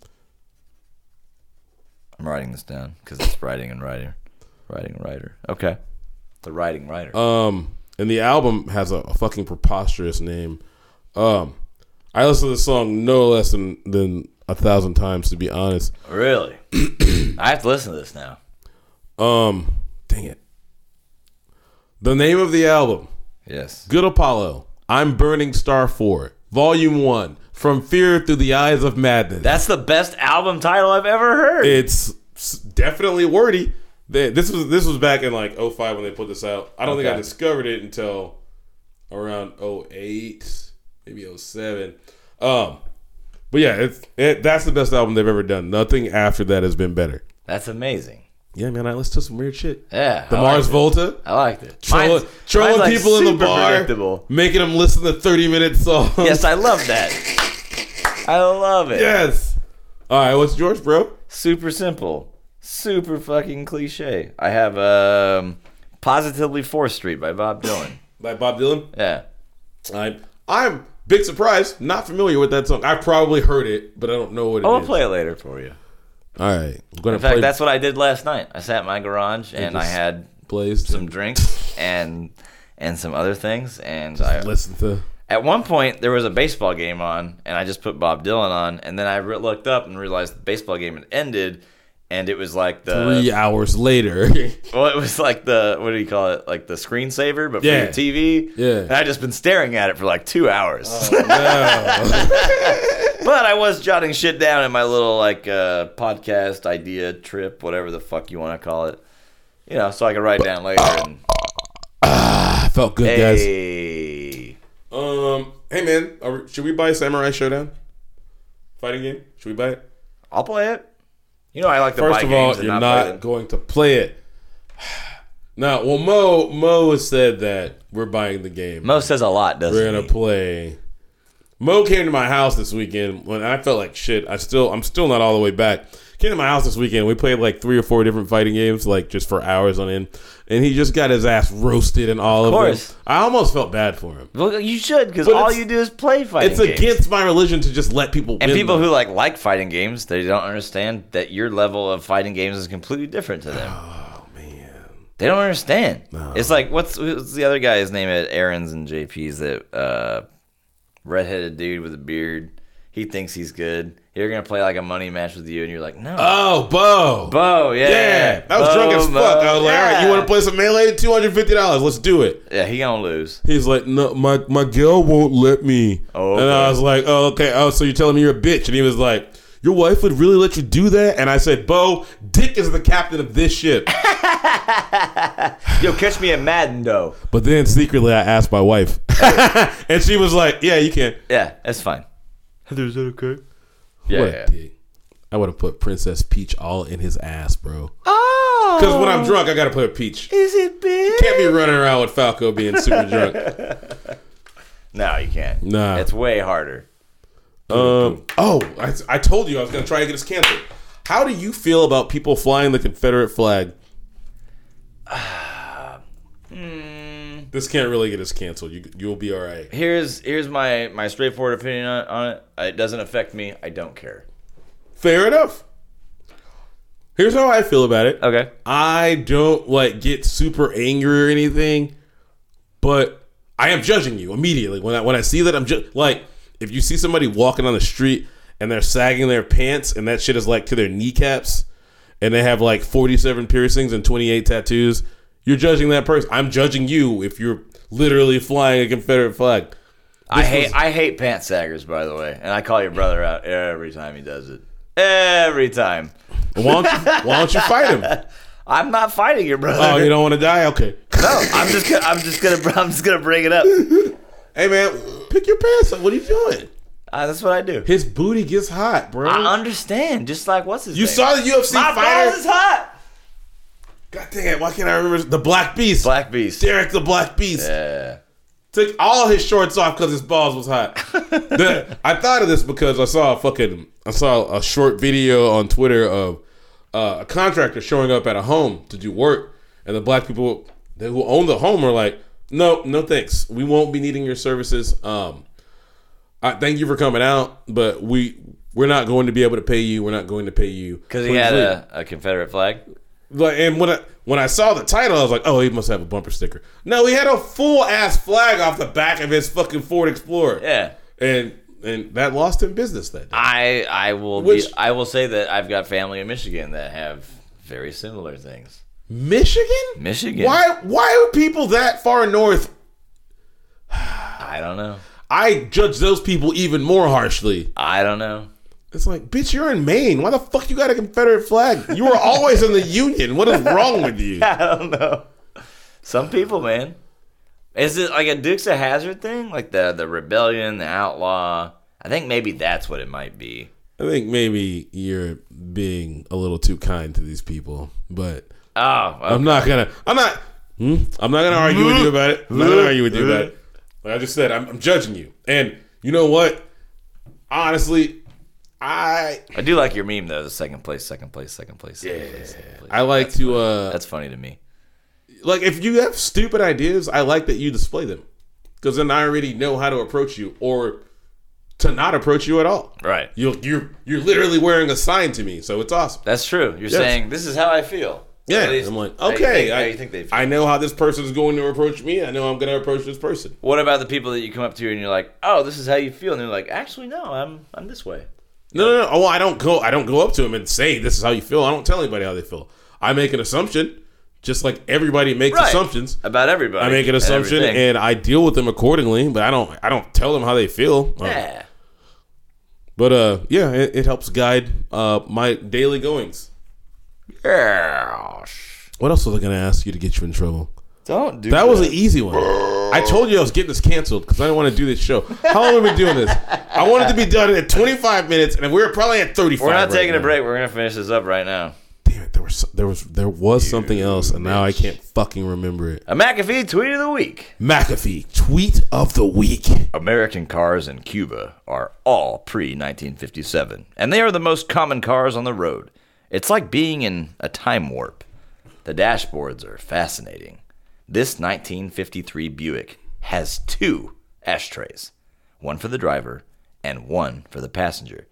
Speaker 2: I'm writing this down because it's writing and writer. Writing and writer. Okay. The writing writer.
Speaker 1: Um, and the album has a, a fucking preposterous name. Um, I listened to the song no less than than a thousand times to be honest.
Speaker 2: really? I have to listen to this now.
Speaker 1: Um, dang it. The name of the album:
Speaker 2: Yes.
Speaker 1: Good Apollo. I'm Burning Star Four, Volume One: From Fear Through the Eyes of Madness.
Speaker 2: That's the best album title I've ever heard.
Speaker 1: it's s- definitely wordy. They- This was this was back in like 05 when they put this out. I don't think I
Speaker 2: Okay.
Speaker 1: discovered it until around 08, maybe 07. Um, but yeah, it's it, that's the best album they've ever done. Nothing after that has been better.
Speaker 2: That's amazing.
Speaker 1: Yeah, man, I listened to some weird shit.
Speaker 2: Yeah.
Speaker 1: The
Speaker 2: I
Speaker 1: Mars
Speaker 2: liked it.
Speaker 1: Volta,
Speaker 2: I liked it.
Speaker 1: trolling,
Speaker 2: Mine's-
Speaker 1: trolling
Speaker 2: mine's, like,
Speaker 1: people in the
Speaker 2: super
Speaker 1: bar,
Speaker 2: predictable.
Speaker 1: making them listen to 30 minute songs.
Speaker 2: Yes, I love that. I love it.
Speaker 1: yes. All right, what's yours, bro?
Speaker 2: Super simple. Super fucking cliche. I have um Positively 4th Street by Bob Dylan.
Speaker 1: By Bob Dylan.
Speaker 2: Yeah.
Speaker 1: I'm I'm big surprise, not familiar with that song. I probably heard it, but I don't know what it is.
Speaker 2: I'm gonna play it later for you.
Speaker 1: All right, I'm gonna
Speaker 2: In fact,
Speaker 1: play.
Speaker 2: that's what I did last night. I sat in my garage and I
Speaker 1: just
Speaker 2: had
Speaker 1: plays
Speaker 2: some drinks and and some other things. And I,
Speaker 1: Listen to.
Speaker 2: at one point, there was a baseball game on, and I just put Bob Dylan on. And then I re- looked up and realized the baseball game had ended, and it was like the
Speaker 1: Three hours later,
Speaker 2: well, it was like the what do you call it? Like the screensaver, but for
Speaker 1: Yeah.
Speaker 2: your TV.
Speaker 1: Yeah. Oh.
Speaker 2: And I just been staring at it for like two hours. but I was jotting shit down in my little like uh, podcast idea trip, whatever the fuck you want to call it. You know, so I could write down later. And,
Speaker 1: I felt good, guys.
Speaker 2: hey,
Speaker 1: Um, hey man, are we- should we buy Samurai Showdown? Fighting game? Should we buy it?
Speaker 2: I'll play it. You know, I like to
Speaker 1: First
Speaker 2: buy
Speaker 1: of all,
Speaker 2: games and not,
Speaker 1: you're
Speaker 2: play
Speaker 1: not
Speaker 2: them.
Speaker 1: going to play it. Now, well, Mo Mo has said that we're buying the game.
Speaker 2: Mo says a lot, doesn't
Speaker 1: We're gonna
Speaker 2: he?
Speaker 1: play. Mo came to my house this weekend when I felt like shit. I still, I'm still not all the way back. Came to my house this weekend. We played like three or four different fighting games, like just for hours on end. And he just got his ass roasted and all of,
Speaker 2: course.
Speaker 1: them. I almost felt bad for him.
Speaker 2: Well, you should, because
Speaker 1: But
Speaker 2: all
Speaker 1: it's-
Speaker 2: you do is play fighting
Speaker 1: It's
Speaker 2: games.
Speaker 1: against my religion to just let people.
Speaker 2: And
Speaker 1: win
Speaker 2: people
Speaker 1: them.
Speaker 2: who like like fighting games, they don't understand that your level of fighting games is completely different to them. Oh man, they don't understand. It's like what's, what's the other guy's name at Aaron's and JP's that uh, redheaded dude with a beard. He thinks he's good. You're gonna play like a money match with you, and you're like, no,
Speaker 1: Oh, Bo.
Speaker 2: Bo, yeah,
Speaker 1: Yeah, I was
Speaker 2: Bo,
Speaker 1: drunk as
Speaker 2: Bo,
Speaker 1: fuck. I was like, all right, you
Speaker 2: yeah."
Speaker 1: want to play some melee? Two hundred fifty dollars. Let's do it.
Speaker 2: Yeah, he gonna lose.
Speaker 1: He's like, no, my my girl won't let me.
Speaker 2: Oh,
Speaker 1: And I
Speaker 2: okay.
Speaker 1: was like, oh, okay. Oh, so you're telling me you're a bitch? And he was like, your wife would really let you do that? And I said, Bo, Dick is the captain of this ship.
Speaker 2: Yo, catch me at Madden though.
Speaker 1: but then secretly, I asked my wife, and she was like, yeah, you can.
Speaker 2: Yeah, that's fine.
Speaker 3: Heather, is that okay?
Speaker 2: Yeah,
Speaker 1: what
Speaker 2: yeah.
Speaker 1: a dick. I would have put Princess Peach all in his ass, bro. Oh. Because when I'm drunk, I gotta play Peach.
Speaker 2: is it big?
Speaker 1: Can't be running around with Falco being super drunk.
Speaker 2: No, you can't.
Speaker 1: Nah.
Speaker 2: it's way harder.
Speaker 1: Um, oh, I, I told you I was going to try to get this canceled. How do you feel about people flying the Confederate flag? This can't really get us canceled. You, you'll be all right.
Speaker 2: here's here's my my straightforward opinion on, on it. It doesn't affect me. I don't care.
Speaker 1: Fair enough. Here's how I feel about it.
Speaker 2: Okay.
Speaker 1: I don't like get super angry or anything, but I am judging you immediately when I when I see that I'm just like if you see somebody walking on the street and they're sagging their pants and that shit is like to their kneecaps and they have like 47 piercings and 28 tattoos, you're judging that person. I'm judging you if you're literally flying a Confederate flag.
Speaker 2: I
Speaker 1: This
Speaker 2: hate
Speaker 1: was-
Speaker 2: I hate pant saggers, by the way, and I call your brother out every time he does it. Every time.
Speaker 1: Why don't you, why don't you fight him?
Speaker 2: I'm not fighting your brother.
Speaker 1: Oh, you don't want to die? Okay.
Speaker 2: no, I'm just gonna, I'm just gonna I'm just gonna bring it up.
Speaker 1: Hey man, pick your pants up. What are you doing?
Speaker 2: Uh, that's what I do.
Speaker 1: His booty gets hot, bro.
Speaker 2: I understand. Just like what's his
Speaker 1: You
Speaker 2: name?
Speaker 1: saw the UFC
Speaker 2: my balls
Speaker 1: fighter.
Speaker 2: is hot.
Speaker 1: God dang it! Why can't I remember the Black Beast?
Speaker 2: Black Beast.
Speaker 1: Derek the Black Beast
Speaker 2: Yeah.
Speaker 1: took all his shorts off because his balls was hot. The- I thought of this because I saw a fucking I saw a short video on Twitter of uh, a contractor showing up at a home to do work, and the black people that- who own the home are like, "No, no, thanks. We won't be needing your services. Um, I thank you for coming out, but we." We're not going to be able to pay you. We're not going to pay you
Speaker 2: Because he had a, a Confederate flag.
Speaker 1: like, and when I when I saw the title, I was like, "Oh, he must have a bumper sticker." No, he had a full ass flag off the back of his fucking Ford Explorer.
Speaker 2: Yeah.
Speaker 1: and and that lost him business that day.
Speaker 2: I I will
Speaker 1: Which-
Speaker 2: be, I will say that I've got family in Michigan that have very similar things.
Speaker 1: Michigan,
Speaker 2: Michigan.
Speaker 1: why why are people that far north?
Speaker 2: I don't know.
Speaker 1: I judge those people even more harshly.
Speaker 2: I don't know.
Speaker 1: It's like, bitch, you're in Maine. Why the fuck you got a Confederate flag? You were always in the Union. What is wrong with you?
Speaker 2: I don't know. Some people, man. Is it like a Dukes of Hazard thing? Like the the rebellion, the outlaw. I think maybe that's what it might be.
Speaker 1: I think maybe you're being a little too kind to these people, but
Speaker 2: Oh,
Speaker 1: I'm not gonna. I'm not. Hmm? I'm not gonna argue with you about it. I'm not gonna argue with you about it. Like I just said, I'm, I'm judging you, and you know what? Honestly, I
Speaker 2: I do like your meme though. The second place, second place, second place. Second place, second place.
Speaker 1: I like to uh
Speaker 2: That's funny to me.
Speaker 1: like if you have stupid ideas, I like that you display them because then I already know how to approach you or to not approach you at all.
Speaker 2: Right.
Speaker 1: You you're you're literally wearing a sign to me, so it's awesome.
Speaker 2: That's true. You're saying this is how I feel.
Speaker 1: Yeah,
Speaker 2: At least
Speaker 1: I'm like
Speaker 2: how you
Speaker 1: okay.
Speaker 2: think- how
Speaker 1: I,
Speaker 2: you think they feel.
Speaker 1: I know how this person is going to approach me. I know I'm going to approach this person.
Speaker 2: What about the people that you come up to and you're like, "Oh, this is how you feel," and they're like, "Actually, no, I'm I'm this way."
Speaker 1: No, no, no. Oh, I don't go. I don't go up to him and say this is how you feel. I don't tell anybody how they feel. I make an assumption, just like everybody makes
Speaker 2: Right.
Speaker 1: assumptions.
Speaker 2: about everybody.
Speaker 1: I make an
Speaker 2: and
Speaker 1: assumption and,
Speaker 2: everything.
Speaker 1: I deal with them accordingly. But I don't. I don't tell them how they feel. Uh,
Speaker 2: yeah,
Speaker 1: But uh, yeah, it, it helps guide uh my daily goings.
Speaker 2: yeah.
Speaker 1: What else was I gonna ask you to get you in trouble?
Speaker 2: Don't do
Speaker 1: That was an easy one. I told you I was getting this canceled because I didn't want to do this show. How long have we been doing this? I wanted to be done at 25 minutes, and we're probably at 35.
Speaker 2: We're not
Speaker 1: right
Speaker 2: taking
Speaker 1: now.
Speaker 2: a break. We're gonna finish this up right now.
Speaker 1: Damn it! There was there was there was something else, and now I can't fucking remember it.
Speaker 2: A McAfee tweet of the week:
Speaker 1: McAfee tweet of the week.
Speaker 2: American cars in Cuba are all pre-1957, and they are the most common cars on the road. It's like being in a time warp. The dashboards are fascinating. This 1953 Buick has two ashtrays, one for the driver and one for the passenger.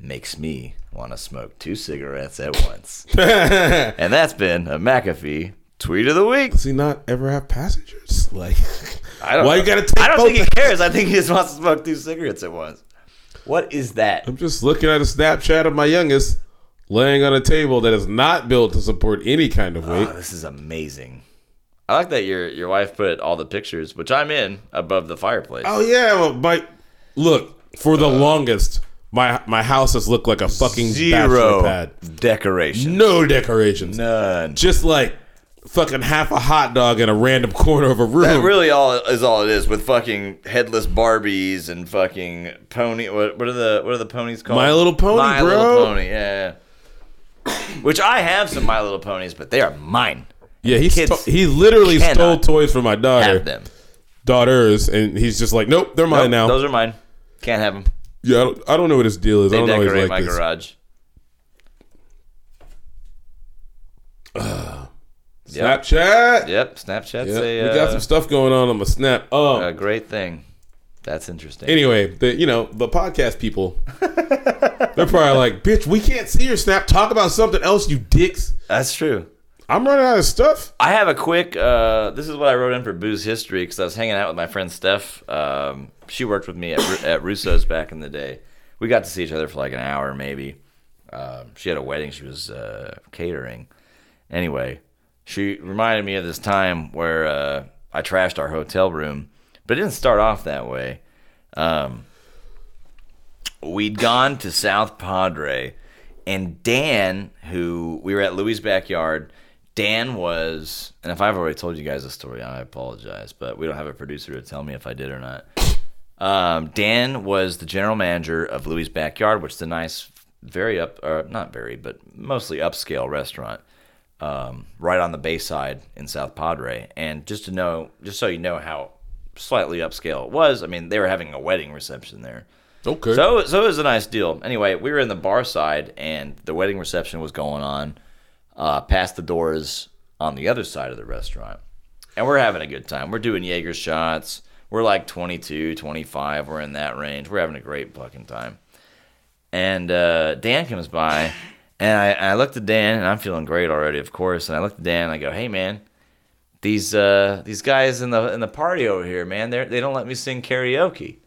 Speaker 2: Makes me want to smoke two cigarettes at once. and that's been a McAfee tweet of the week.
Speaker 1: Does he not ever have passengers? Like,
Speaker 2: I don't
Speaker 1: why
Speaker 2: know.
Speaker 1: you gotta take
Speaker 2: I don't
Speaker 1: both?
Speaker 2: think he cares. I think he just wants to smoke two cigarettes at once. What is that?
Speaker 1: I'm just looking at a Snapchat of my youngest laying on a table that is not built to support any kind of weight.
Speaker 2: Oh, this is amazing. I like that your your wife put all the pictures, which I'm in, above the fireplace.
Speaker 1: oh yeah, well, my look for the longest, my my house has looked like a fucking bachelor
Speaker 2: Zero
Speaker 1: pad.
Speaker 2: decoration.
Speaker 1: No decorations.
Speaker 2: None.
Speaker 1: Just like fucking half a hot dog in a random corner of a room.
Speaker 2: That really all is all it is with fucking headless Barbies and fucking pony. What, what are the what are the ponies called?
Speaker 1: My Little Pony,
Speaker 2: My
Speaker 1: bro.
Speaker 2: Little Pony. Yeah. Which I have some My Little Ponies, but they are mine.
Speaker 1: Yeah, he
Speaker 2: Kids
Speaker 1: sto- he literally
Speaker 2: cannot
Speaker 1: stole toys from my
Speaker 2: Have
Speaker 1: daughter,
Speaker 2: them.
Speaker 1: daughters, and he's just like, nope, they're mine now.
Speaker 2: Those are mine. Can't have them.
Speaker 1: yeah, I don't, I don't know what his deal is. I
Speaker 2: They
Speaker 1: don't always
Speaker 2: decorate my
Speaker 1: like this.
Speaker 2: garage. Yep.
Speaker 1: Snapchat.
Speaker 2: Yep, Snapchat's
Speaker 1: Yeah,
Speaker 2: a,
Speaker 1: we got some
Speaker 2: uh,
Speaker 1: stuff going on on my snap. Um.
Speaker 2: a great thing. That's interesting.
Speaker 1: anyway, the you know the podcast people, they're probably like, bitch, we can't see your snap. Talk about something else, you dicks.
Speaker 2: That's true.
Speaker 1: I'm running out of stuff.
Speaker 2: I have a quick. Uh, this is what I wrote in for Booze History because I was hanging out with my friend Steph. Um, she worked with me at, Ru- at Russo's back in the day. We got to see each other for like an hour, maybe. Um, she had a wedding. She was uh, catering. Anyway, she reminded me of this time where uh, I trashed our hotel room, but it didn't start off that way. Um, we'd gone to South Padre, and Dan, who we were at Louis' backyard, Dan was, and if I've already told you guys the story, I apologize, but we don't have a producer to tell me if I did or not. Um, Dan was the general manager of Louis' backyard, which is a nice, very up, or not very, but mostly upscale restaurant. um, right on the Bayside in South Padre. And just to know, just so you know how slightly upscale it was, I mean, they were having a wedding reception there.
Speaker 1: Okay.
Speaker 2: So, so it was a nice deal. Anyway, we were in the bar side, and the wedding reception was going on uh, past the doors on the other side of the restaurant. And we're having a good time. We're doing Jaeger shots. We're like 22, 25. We're in that range. We're having a great fucking time. And uh, Dan comes by, and I, I looked at Dan, and I'm feeling great already, of course. And I looked at Dan, and I go, "Hey, man, these uh, these guys in the in the party over here, man, they they don't let me sing karaoke."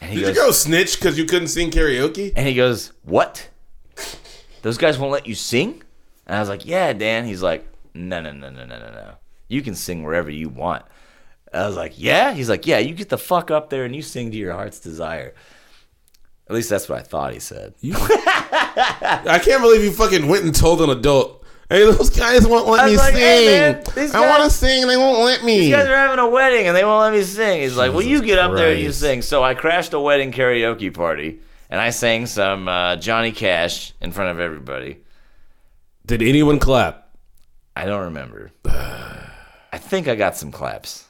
Speaker 2: And he
Speaker 1: Did you
Speaker 2: goes-
Speaker 1: go snitch because you couldn't sing karaoke?
Speaker 2: and he goes, What? Those guys won't let you sing? And I was like, Yeah, Dan. He's like, No, no, no, no, no, no, no. You can sing wherever you want. I was like, Yeah? He's like, Yeah, you get the fuck up there and you sing to your heart's desire. At least that's what I thought he said.
Speaker 1: I can't believe you fucking went and told an adult. Hey, those guys won't let
Speaker 2: I was
Speaker 1: me
Speaker 2: like,
Speaker 1: sing.
Speaker 2: "Hey, man, these
Speaker 1: I want to
Speaker 2: guys-
Speaker 1: sing and they won't let me.
Speaker 2: You guys are having a wedding and they won't let me sing. He's like, Well, you
Speaker 1: Jesus
Speaker 2: get up there and you
Speaker 1: Christ.
Speaker 2: sing. So I crashed a wedding karaoke party and I sang some uh, Johnny Cash in front of everybody.
Speaker 1: Did anyone clap?
Speaker 2: I don't remember. I think I got some claps.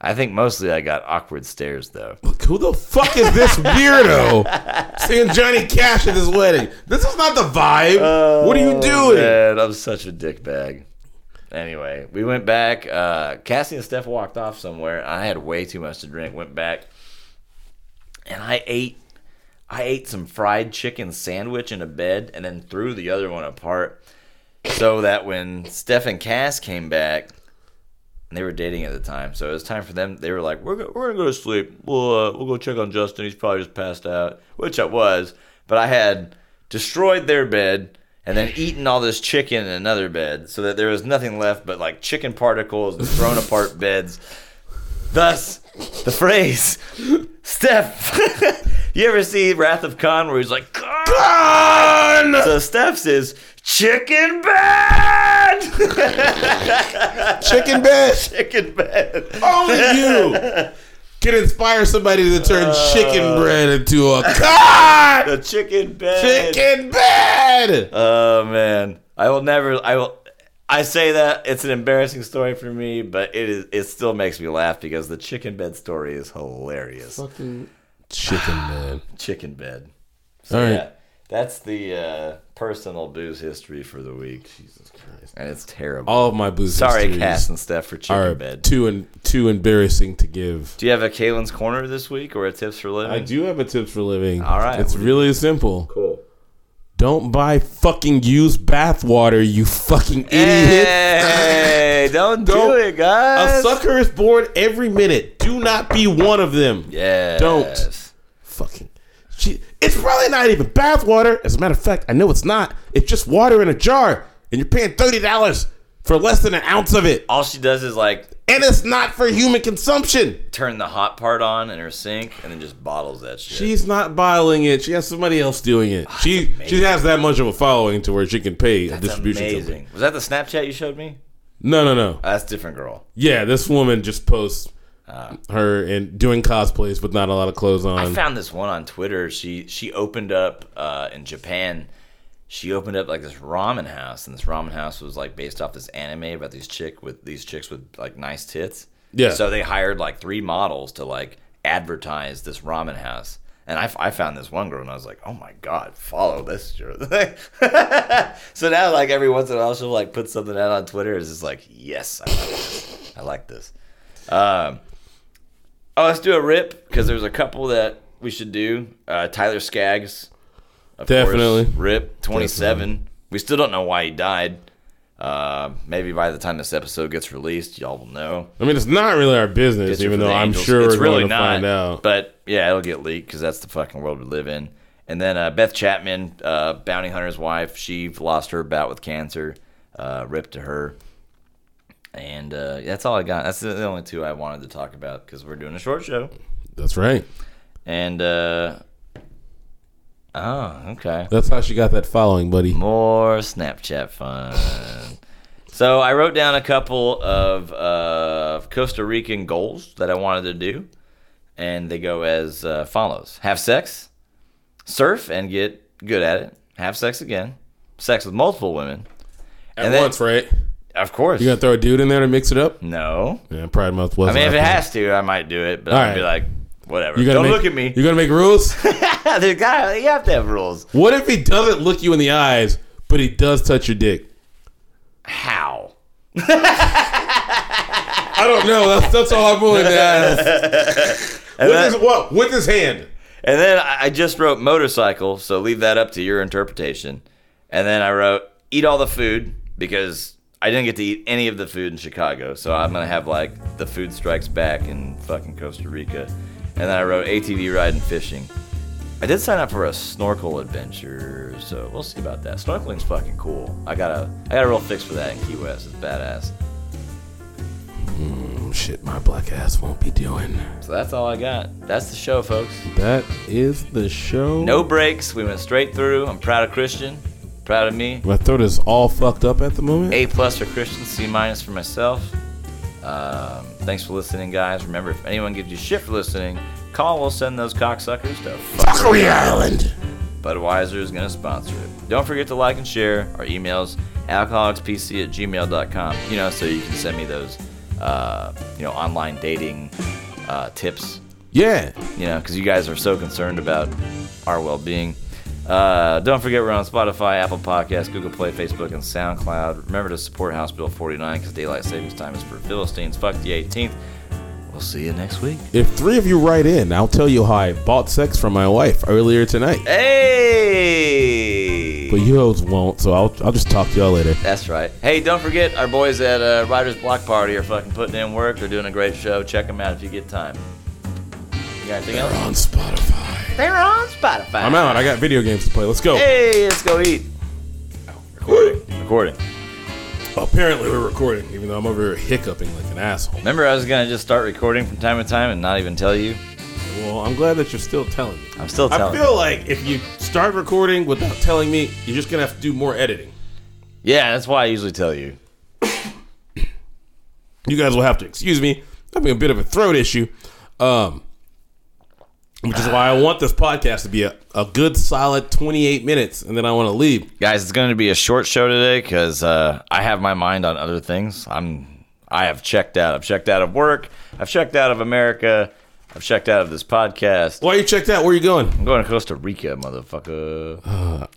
Speaker 2: I think mostly I got awkward stares though.
Speaker 1: Who the fuck is this weirdo seeing Johnny Cash at his wedding? This is not the vibe. what are
Speaker 2: Oh,
Speaker 1: you doing?
Speaker 2: Man, I'm such a dickbag. Anyway, we went back. Uh, Cassie and Steph walked off somewhere. I had way too much to drink. Went back, and I ate. I ate some fried chicken sandwich in a bed, and then threw the other one apart, so that when Steph and Cass came back, and they were dating at the time, so it was time for them. They were like, "We're go- we're gonna go to sleep. We'll uh, we'll go check on Justin. He's probably just passed out," which I was, but I had destroyed their bed and then eaten all this chicken in another bed, so that there was nothing left but like chicken particles and thrown apart beds. Thus, the phrase, Steph. you ever see Wrath of Khan where he's like, "Khan!"
Speaker 1: Fun!
Speaker 2: So Steph's is chicken bed,
Speaker 1: Chicken bed.
Speaker 2: chicken bed.
Speaker 1: Only you can inspire somebody to turn
Speaker 2: Uh.
Speaker 1: chicken bread into a cock.
Speaker 2: The chicken bed.
Speaker 1: Chicken bed.
Speaker 2: Oh man, I will never. I will. I say that it's an embarrassing story for me, but it is. It still makes me laugh because the chicken bed story is hilarious.
Speaker 1: Fucking chicken bed.
Speaker 2: Chicken bed. So,
Speaker 1: All right.
Speaker 2: yeah, that's the uh, personal booze history for the week,
Speaker 1: Jesus Christ.
Speaker 2: and it's terrible.
Speaker 1: All of my booze
Speaker 2: Sorry,
Speaker 1: histories
Speaker 2: Cass and Steph for chicken
Speaker 1: are
Speaker 2: bed.
Speaker 1: too and too embarrassing to give.
Speaker 2: Do you have a Kalen's corner this week or a tips for living?
Speaker 1: I do have a tip for living.
Speaker 2: All right.
Speaker 1: it's really simple.
Speaker 2: Cool.
Speaker 1: Don't buy fucking used bathwater, you fucking idiot.
Speaker 2: Hey, don't,
Speaker 1: Don't-
Speaker 2: do it,
Speaker 1: A
Speaker 2: guys.
Speaker 1: sucker is born every minute. Do not be one of them.
Speaker 2: Yes.
Speaker 1: Don't. Fucking. She, it's probably not even bathwater. As a matter of fact, I know it's not. It's just water in a jar, and you're paying thirty dollars for less than an ounce of it,
Speaker 2: All she does is like
Speaker 1: and it's not for human consumption.
Speaker 2: turn the hot part on in her sink and then just bottles that shit.
Speaker 1: She's not bottling it. She has somebody else doing it. She she has that much of a following to where she can pay a
Speaker 2: Oh, That's
Speaker 1: distribution
Speaker 2: amazing.
Speaker 1: company.
Speaker 2: Was that the Snapchat you showed me?
Speaker 1: No, no, no.
Speaker 2: Oh, that's a different girl.
Speaker 1: Yeah, this woman just posts
Speaker 2: Ah.
Speaker 1: her and doing cosplays with not a lot of clothes
Speaker 2: I
Speaker 1: on.
Speaker 2: found this one on Twitter. She she opened up uh, in Japan. She opened up like this ramen house, and this ramen house was like based off this anime about these chick with these chicks with like nice tits.
Speaker 1: Yeah.
Speaker 2: So they hired like three models to like advertise this ramen house, and I, f- I found this one girl, and I was like, oh my god, follow this. girl." so now like every once in a while she'll like put something out on Twitter. It's just like yes, I like this. I like this. Um, Oh, let's do a rip because there's a couple that we should do. Uh, Tyler Skaggs, of
Speaker 1: Definitely.
Speaker 2: course, rip 27. We still don't know why he died. Uh, maybe by the time this episode gets released, y'all will know.
Speaker 1: I mean, it's not really our business,
Speaker 2: It's
Speaker 1: even
Speaker 2: for
Speaker 1: though
Speaker 2: the
Speaker 1: I'm
Speaker 2: Angels.
Speaker 1: sure
Speaker 2: It's
Speaker 1: we're going to find out.
Speaker 2: But yeah, it'll get leaked because that's the fucking world we live in. And then uh, Beth Chapman, uh, bounty hunter's wife, she lost her bout with cancer. Uh, ripped to her. And uh, that's all I got. That's the only two I wanted to talk about because we're doing a short show.
Speaker 1: That's right.
Speaker 2: And uh Oh, okay.
Speaker 1: That's how she got that following, buddy.
Speaker 2: More Snapchat fun. so I wrote down a couple of uh, Costa Rican goals that I wanted to do, and they go as uh, follows: have sex, surf and get good at it, have sex again, sex with multiple women.
Speaker 1: At
Speaker 2: And then-
Speaker 1: once, right?
Speaker 2: Of course.
Speaker 1: You gonna throw a dude in there to mix it up?
Speaker 2: no.
Speaker 1: Yeah, Pride Month was.
Speaker 2: I mean, if it has to, I might do it, but
Speaker 1: All
Speaker 2: I'd be
Speaker 1: right.
Speaker 2: like, whatever.
Speaker 1: you
Speaker 2: Don't
Speaker 1: make,
Speaker 2: look at me.
Speaker 1: You gonna make rules?
Speaker 2: There's gotta- you have to have rules.
Speaker 1: what if he doesn't look you in the eyes, but he does touch your dick?
Speaker 2: How?
Speaker 1: I don't know. That's that's all I'm willing to ask. with
Speaker 2: that-
Speaker 1: his what? With his hand.
Speaker 2: And then I I just wrote motorcycle, so leave that up to your interpretation. And then I wrote eat all the food because I didn't get to eat any of the food in Chicago, so I'm gonna have like the food strikes back in fucking Costa Rica. And then I wrote ATV ride and fishing. I did sign up for a snorkel adventure, so we'll see about that. Snorkeling's fucking cool. I got a I got a real fix for that in Key West. It's badass.
Speaker 1: Mm, shit, my black ass won't be doing.
Speaker 2: So that's all I got. That's the show, folks.
Speaker 1: That is the show.
Speaker 2: No breaks. We went straight through. I'm proud of Christian. Proud of me.
Speaker 1: My throat is all fucked up at the moment.
Speaker 2: A plus for Christian, C minus for myself. Um, thanks for listening, guys. Remember, if anyone gives you shit for listening, call. We'll send those cocksuckers to fuck.
Speaker 1: Fuckery Island.
Speaker 2: Budweiser is going to sponsor it. Don't forget to like and share our emails, alcoholicspc at gmail.com, you know, so you can send me those, uh, you know, online dating uh, tips,
Speaker 1: Yeah.
Speaker 2: you know, because you guys are so concerned about our well being. Uh, don't forget we're on Spotify, Apple Podcasts, Google Play, Facebook, and SoundCloud. Remember to support House Bill 49 because daylight savings time is for Philistines. Fuck the 18th. We'll see you next week.
Speaker 1: If three of you write in, I'll tell you how I bought sex from my wife earlier tonight.
Speaker 2: Hey!
Speaker 1: But you hoes won't, so I'll, I'll just talk to y'all later.
Speaker 2: That's right. Hey, don't forget our boys at uh, Riders Block Party are fucking putting in work. They're doing a great show. Check them out if you get time. You got anything else?
Speaker 1: On Spotify.
Speaker 2: They're on Spotify.
Speaker 1: I'm out. I got video games to play. Let's go.
Speaker 2: Hey, let's go eat. Recording. Recording.
Speaker 1: Apparently, we're recording, even though I'm over here hiccuping like an asshole.
Speaker 2: Remember, I was gonna just start recording from time to time and not even tell you.
Speaker 1: Well, I'm glad that you're still telling me.
Speaker 2: I'm still
Speaker 1: I
Speaker 2: telling. you.
Speaker 1: feel like if you start recording without telling me, you're just going to have to do more editing.
Speaker 2: Yeah, that's why I usually tell you.
Speaker 1: You guys will have to excuse me. I'm having a bit of a throat issue, um, which is why I want this podcast to be a, a good solid 28 minutes, and then I want to leave.
Speaker 2: Guys, it's going to be a short show today because uh, I have my mind on other things. I'm, I have checked out. I've checked out of work. I've checked out of America. I've checked out of this podcast.
Speaker 1: Why you checked out? Where you going?
Speaker 2: I'm going to Costa Rica, motherfucker.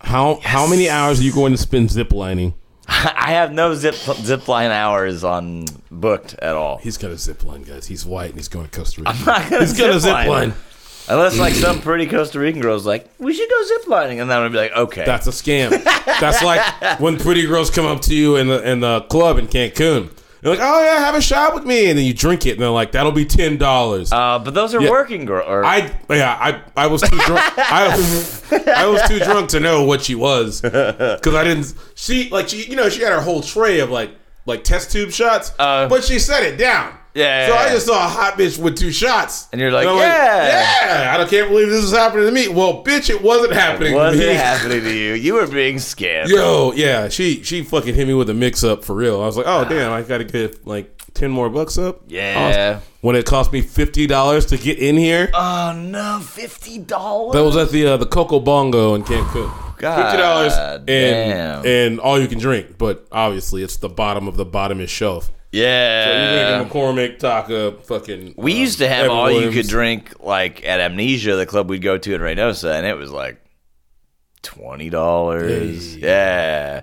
Speaker 1: How how many hours are you going to spend zip lining?
Speaker 2: I have no zip zip line hours on booked at all.
Speaker 1: He's got a zip line, guys. He's white and he's going to Costa Rica.
Speaker 2: not gonna
Speaker 1: he's going to
Speaker 2: zip
Speaker 1: zip
Speaker 2: line.
Speaker 1: line.
Speaker 2: Unless like some pretty Costa Rican girl's like, we should go zip lining, and then I'm gonna be like, okay.
Speaker 1: That's a scam. That's like when pretty girls come up to you in the in the club in Cancun. They're like, "Oh yeah, have a shot with me," and then you drink it, and they're like, "That'll be ten dollars."
Speaker 2: uh, but those are working girl. Or,
Speaker 1: I yeah, I I was too drunk. I, I was too drunk to know what she was because I didn't. She like she you know she had her whole tray of like like test tube shots,
Speaker 2: Uh,
Speaker 1: but she set it down.
Speaker 2: Yeah,
Speaker 1: So
Speaker 2: yeah,
Speaker 1: I
Speaker 2: yeah.
Speaker 1: just saw a hot bitch with two shots,
Speaker 2: And you're like,
Speaker 1: I'm
Speaker 2: "Yeah."
Speaker 1: yeah. I don't- can't believe this is happening to me. Well, bitch, it wasn't happening.
Speaker 2: was
Speaker 1: to
Speaker 2: it
Speaker 1: me.
Speaker 2: happening to you? You were being scammed.
Speaker 1: Yo, yeah, she she fucking hit me with a mix up for real. I was like,
Speaker 2: Ah.
Speaker 1: oh damn, I gotta get like ten more bucks up.
Speaker 2: Yeah.
Speaker 1: Awesome. When it cost me fifty dollars to get in here,
Speaker 2: Oh no, fifty
Speaker 1: that
Speaker 2: dollars.
Speaker 1: was at the uh, the Coco Bongo in Cancun. Fifty dollars
Speaker 2: damn.
Speaker 1: and and all you can drink, but obviously it's the bottom of the bottomest shelf.
Speaker 2: Yeah.
Speaker 1: You're drinking McCormick, Taka, fucking.
Speaker 2: we
Speaker 1: um,
Speaker 2: used to have
Speaker 1: Evan
Speaker 2: all you
Speaker 1: Williams.
Speaker 2: could drink like at Amnesia, the club we'd go to in Reynosa, and it was like twenty dollars. Yeah.